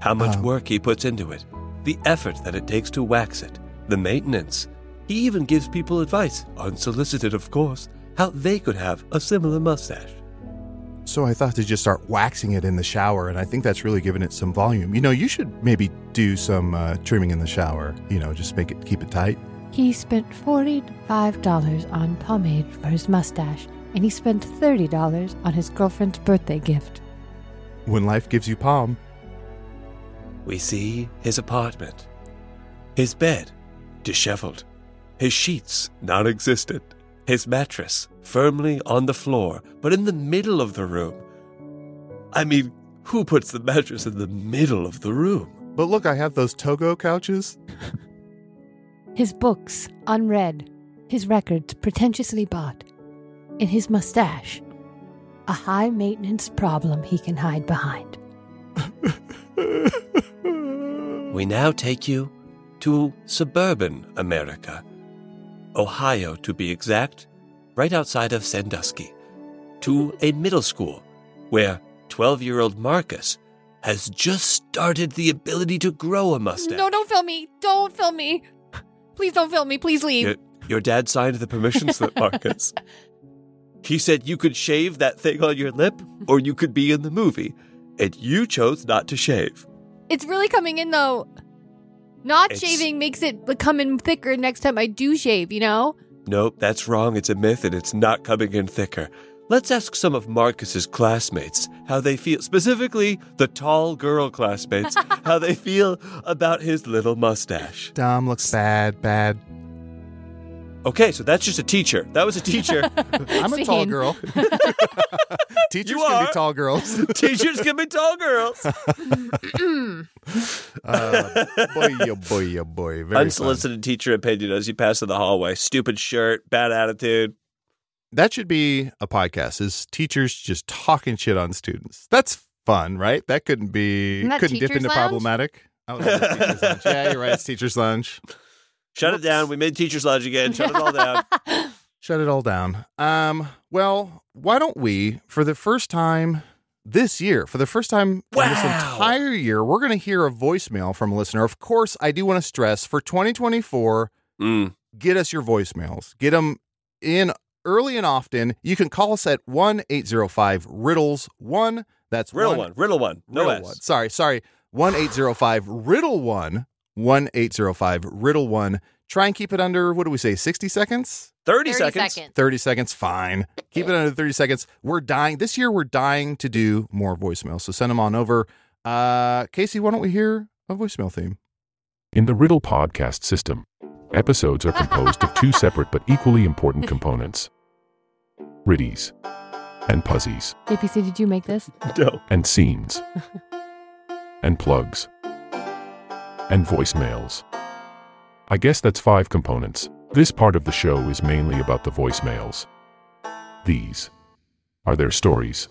S2: How much
S5: Um.
S2: work he puts into it, the effort that it takes to wax it, the maintenance. He even gives people advice, unsolicited of course, how they could have a similar mustache.
S5: So I thought to just start waxing it in the shower, and I think that's really giving it some volume. You know, you should maybe do some uh, trimming in the shower. You know, just make it keep it tight.
S4: He spent $45 on pomade for his mustache, and he spent $30 on his girlfriend's birthday gift.
S5: When life gives you palm,
S2: We see his apartment, his bed disheveled, his sheets non existent, his mattress firmly on the floor, but in the middle of the room. I mean, who puts the mattress in the middle of the room?
S5: but look, I have those Togo
S2: [laughs]
S5: couches.
S4: His books, unread, his records pretentiously bought, and his mustache, a high maintenance problem he can hide behind.
S2: We now take you to suburban America, Ohio to be exact, right outside of Sandusky, to a middle school where 12 year old Marcus has just started the ability to grow a mustache.
S4: No, don't film me. Don't film me. Please don't film me. Please leave.
S2: Your, your dad signed the permission slip,
S4: [laughs]
S2: Marcus. he said you could shave that thing on your lip or you could be in the movie, and you chose not to shave.
S4: It's really coming in though. Not
S2: It's-
S4: shaving makes it come in thicker next time I do shave, you know?
S2: Nope, that's wrong. It's a myth and it's not coming in thicker. Let's ask some of Marcus's classmates how they feel, specifically the tall girl [laughs] classmates, how they feel about his little mustache.
S5: Dom looks bad,
S2: [laughs]
S5: bad.
S2: Okay, so that's just a teacher. That was a teacher. [laughs]
S5: I'm a tall
S4: Scene.
S5: girl. [laughs] Teachers
S2: You
S5: can be
S2: are. [laughs]
S5: tall girls.
S2: Teachers can be tall girls.
S5: Uh, boy, oh boy, oh boy. Very fun.
S2: Unsolicited teacher opinion as you pass in the hallway. Stupid shirt, bad attitude.
S5: That should be a podcast. Is teachers just talking shit on students? That's fun, right? That couldn't be.
S4: Isn't that
S5: couldn't dip
S4: teachers'
S5: into
S4: lounge?
S5: problematic. Oh, no, it's teachers' lounge. yeah, you're right. It's teachers' lunch.
S2: Shut it down. We made teachers lodge again. Shut it all
S4: [laughs]
S2: [laughs] down.
S5: Shut it all down. Um. Well, why don't we, for the first time this year, for the first time in this
S2: Wow.
S5: entire year, we're going to hear a voicemail from a listener. Of course, I do want to stress for 2024.
S2: Mm.
S5: get us your voicemails. Get them in early and often. You can call us at 1 805 Riddles 1. That's
S2: Riddle one. Riddle one. No
S5: riddle
S2: S.
S5: one. Sorry, sorry. 1 805 Riddle 1. 1 805 Riddle 1. Try and keep it under, what do we say, 60 seconds?
S2: 30, seconds.
S5: 30 seconds, fine. Keep it under 30 seconds. We're dying. This year, we're dying to do more voicemails. So send them on over. Uh, Casey, why don't we hear a voicemail theme?
S9: In the Riddle podcast system, episodes are composed of two separate but equally important components riddies and puzzies
S4: JPC, did you make this?
S2: No.
S9: and scenes and plugs and voicemails. I guess that's five components. This part of the show is mainly about the voicemails. These are their stories.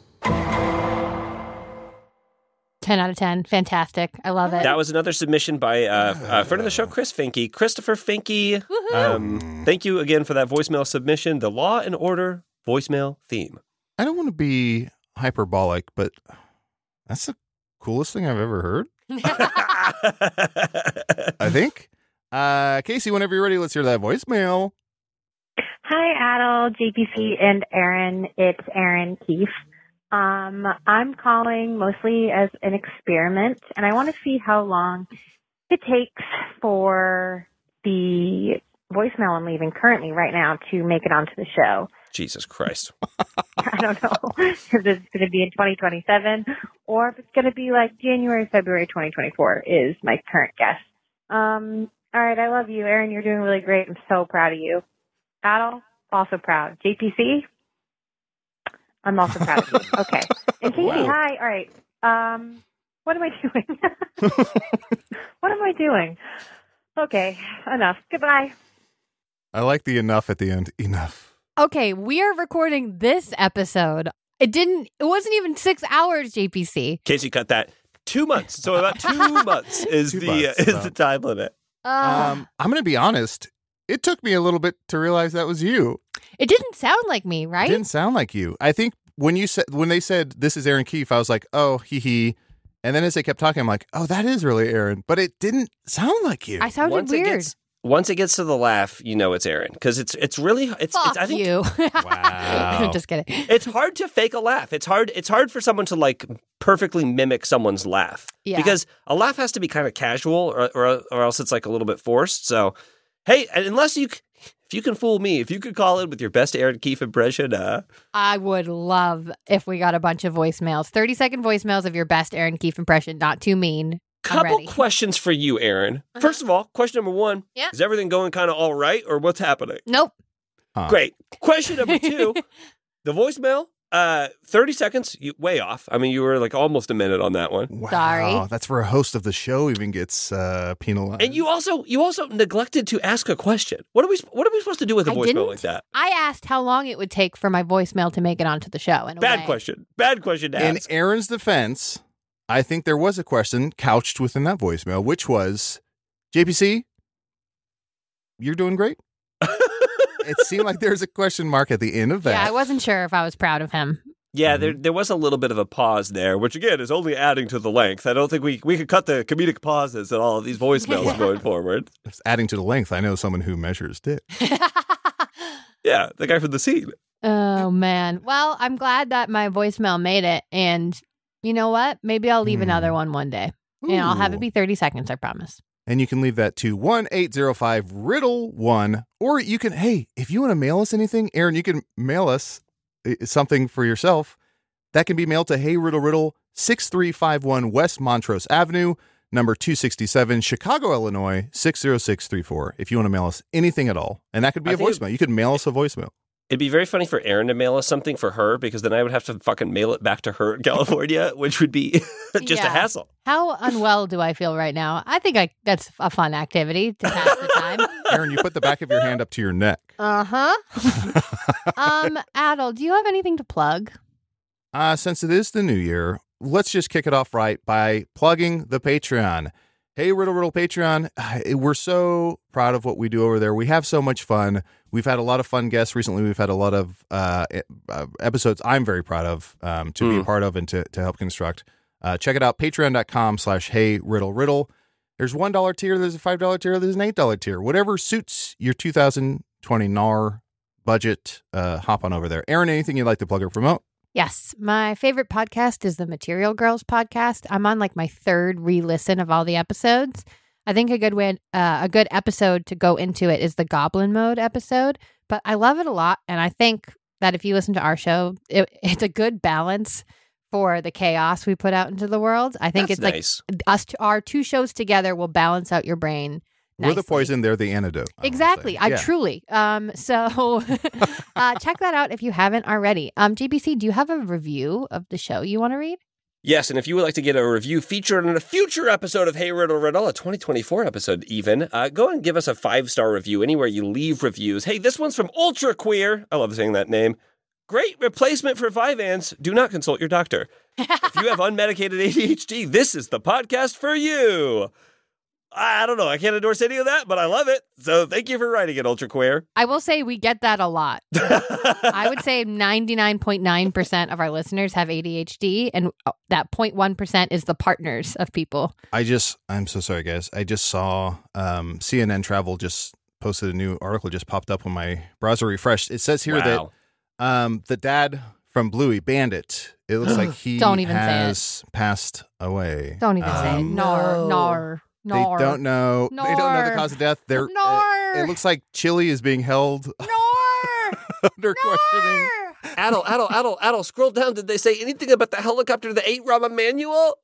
S4: 10 out of 10. Fantastic. I love it.
S10: That was another submission by uh, a friend of the show, Chris Finke. Christopher Finke. Um, thank you again for that voicemail submission. The Law and Order voicemail theme. [laughs]
S5: I don't want to be hyperbolic, but that's the coolest thing I've ever heard. I think. Uh, Casey, whenever you're ready, let's hear that voicemail.
S11: Hi, Adel, JPC, and Aaron. It's Aaron Keefe. Um, I'm calling mostly as an experiment, and I want to see how long it takes for the voicemail I'm leaving currently right now to make it onto the show.
S10: Jesus Christ.
S11: I don't know if it's going to be in 2027 or if it's going to be like January, February 2024 is my current guess. Um, all right. I love you, Aaron. You're doing really great. I'm so proud of you. Adel, also proud. JPC, I'm also proud of you.
S5: [laughs]
S11: Okay. And Casey,
S5: Wow.
S11: hi. All right. Um, what am I [laughs] doing?
S5: [laughs]
S11: what am I doing? Okay. Enough. Goodbye.
S5: I like the enough at the end. Enough.
S4: okay, we are recording this episode. It didn't, it wasn't even six hours, JPC.
S10: Casey cut that. Two months. So about two months is
S5: Two
S10: the
S5: months,
S10: uh, is
S5: about.
S10: the time limit.
S11: Ah.
S4: Uh,
S5: Um, I'm going to be honest. It took me a little bit to realize that was you.
S4: it didn't sound like me,
S5: It
S4: right?
S5: didn't sound like you. I think when you said when they said this is Aaron Keefe, I was like, oh, hee hee. And then as they kept talking, I'm like, oh, that is really Aaron, but it didn't sound like you.
S4: I sounded
S2: Once it
S4: weird.
S2: gets- Once it gets to the laugh, you know it's Aaron because it's it's really it's,
S4: Fuck
S2: it's I think [laughs]
S4: you. [laughs]
S5: Wow.
S4: Just kidding.
S2: it's hard to fake a laugh. It's hard. It's hard for someone to like perfectly mimic someone's laugh
S4: Yeah.
S2: because a laugh has to be kind of casual, or, or or else it's like a little bit forced. So, hey, and unless you, c- if you can fool me, if you could call in with your best Aaron Keefe impression, uh,
S4: I would love if we got a bunch of voicemails. 30 second voicemails of your best Aaron Keefe impression. Not too mean. I'm
S2: couple
S4: ready. Uh-huh.
S2: questions for you, Aaron. First of all, question number one:
S4: Yeah.
S2: Is everything going kind of all right, or what's happening?
S4: Nope.
S5: Huh.
S2: Great.
S4: [laughs]
S2: Question number two: The voicemail. Uh, thirty seconds. You, way off. I mean, you were like almost a minute on that one.
S5: Wow,
S4: Sorry.
S5: that's where a host of the show even gets uh, penalized.
S2: And you also you also neglected to ask a question. What are we what are we supposed to do with a
S4: I
S2: voicemail
S4: didn't.
S2: like that?
S4: I asked how long it would take for my voicemail to make it onto the show. And
S2: Bad question. Bad question to
S5: In
S2: ask.
S5: Aaron's defense, I think there was a question couched within that voicemail, which was, JPC, you're
S2: [laughs]
S5: doing great. it seemed like there's a question mark at the end of that.
S4: Yeah, I wasn't sure if I was proud of him. [laughs]
S2: yeah, there there was a little bit of a pause there, which again is only adding to the length. I don't think we we could cut the comedic pauses in all of these
S4: [laughs]
S2: voicemails going forward.
S5: It's adding to the length. I know someone who measures dick.
S2: Yeah, the guy from the scene.
S4: oh man. Well, I'm glad that my voicemail made it. And you know what? Maybe I'll leave
S5: Hmm.
S4: another one one day. And I'll have
S5: Ooh.
S4: it be 30 seconds, I promise.
S5: And you can leave that to 1805 Riddle 1. Or you can, hey, if you want to mail us anything, Aaron, you can mail us uh, something for yourself. That can be mailed to Hey Riddle Riddle 6351 West Montrose Avenue, number 267, Chicago, Illinois 60634. If you want to mail us anything at all, and that could be
S2: I
S5: a
S2: think-
S5: voicemail. You
S2: [laughs]
S5: could mail us a voicemail.
S2: It'd be very funny for Aaron to mail us something for her because then I would have to fucking mail it back to her in [laughs] California, which would be [laughs] just a
S4: Yeah.
S2: hassle.
S4: How unwell do I feel right now? I think I that's a fun activity to pass the
S5: [laughs]
S4: time.
S5: Aaron, you put the back of your hand up to your neck.
S4: Uh huh.
S5: Uh-huh.
S4: um, Adel, do you have anything to plug?
S5: Uh, since it is the new year, let's just kick it off right by plugging the Patreon. Hey, Riddle Riddle Patreon. [sighs] Uh, We're so proud of what we do over there. We have so much fun. We've had a lot of fun guests recently. We've had a lot of uh, e- uh, episodes I'm very proud of um, to be a part of and to, to help construct. Uh, check it out, patreon.com slash hey riddle riddle. There's $1 tier, there's a $5 tier, there's an $8 tier. Whatever suits your 2020 NAR budget, uh, hop on over there. Aaron, anything you'd like to plug or promote?
S4: Yes, my favorite podcast is the Material Girls podcast. I'm on like my third re-listen of all the episodes. I think a good win, uh, a good episode to go into it is the Goblin Mode episode, but I love it a lot, and I think that if you listen to our show, it, [laughs] it's a good balance for the chaos we put out into the world. I think
S2: That's
S4: it's
S2: nice.
S4: like us, t- our two shows together will balance out your brain.
S5: We're the
S4: nicely.
S5: poison, they're the antidote. I would say.
S4: Exactly. I
S5: Yeah.
S4: truly. Um, [laughs] so uh, check that out if you haven't already. Um, GBC, do you have a review of the show you want to read?
S2: Yes, and if you would like to get a review featured on a future episode of Hey Riddle Riddle, a 2024 episode even, uh, go and give us a five star review anywhere you leave reviews. Hey, this one's from Ultra Queer. I love saying that name. Great replacement for Vyvanse. Do not consult your doctor. if you have unmedicated ADHD, this is the podcast for you. I I don't know. I can't endorse any of that, but I love it. So thank you for writing it, Ultra Queer.
S4: I will say we get that a
S5: [laughs]
S4: lot. I would say 99.9% of our listeners have ADHD, and uh, that 0.1% is the partners of people.
S5: I just, I'm so sorry, guys. I just saw um, CNN Travel just posted a new article, just popped up when my browser refreshed. It says here
S2: Wow.
S5: that um, the dad from Bluey Bandit, it
S4: [gasps]
S5: looks like he
S4: Don't even say it.
S5: has passed away.
S4: Don't even say it.
S5: Um,
S4: Nar, nar,
S5: They
S4: nar.
S5: don't know. They don't know the
S4: Nor.
S5: cause of death. They're, uh,
S4: Nor.
S5: It, it looks like Chili is being held
S4: Nar,
S5: [laughs] under questioning.
S4: nar.
S2: Adel, Adel, Adel, Adel, scroll down. Did they say anything about the helicopter that ate Rahm Emanuel?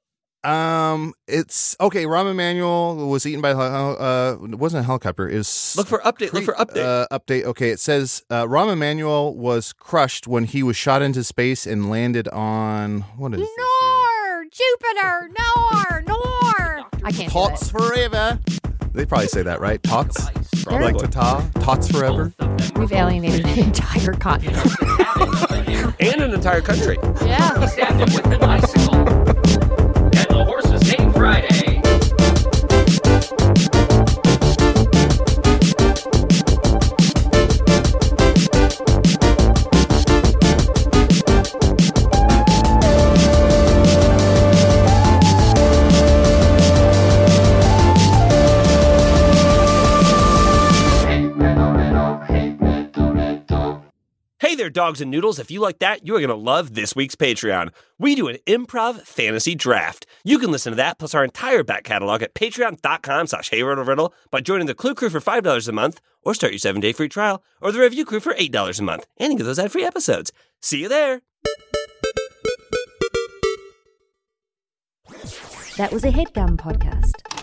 S5: Um, it's okay. Rahm Emanuel was eaten by hel- uh, it wasn't a helicopter. Is
S2: Look for update. Look for update.
S5: Uh, update. Okay, it says uh, Rahm Emanuel was crushed when he was shot into space and landed on what is this here?
S4: Nor, Jupiter, nor, nor. I can't do it.
S5: Tots forever. They probably say that right. Tots,
S4: They're-
S5: like Tata. Tots forever.
S4: We've alienated an entire continent.
S2: and an entire country.
S4: Yeah.
S1: He stabbed him with an icicle. And the horse was named Friday.
S2: dogs and noodles. If you like that, you are going to love this week's Patreon. We do an improv fantasy draft. You can listen to that plus our entire back catalog at patreon.com slash riddle by joining the Clue Crew for $5 a month or start your seven-day free trial or the Review Crew for $8 a month and you get those ad-free episodes. See you there.
S3: That was a headgum podcast.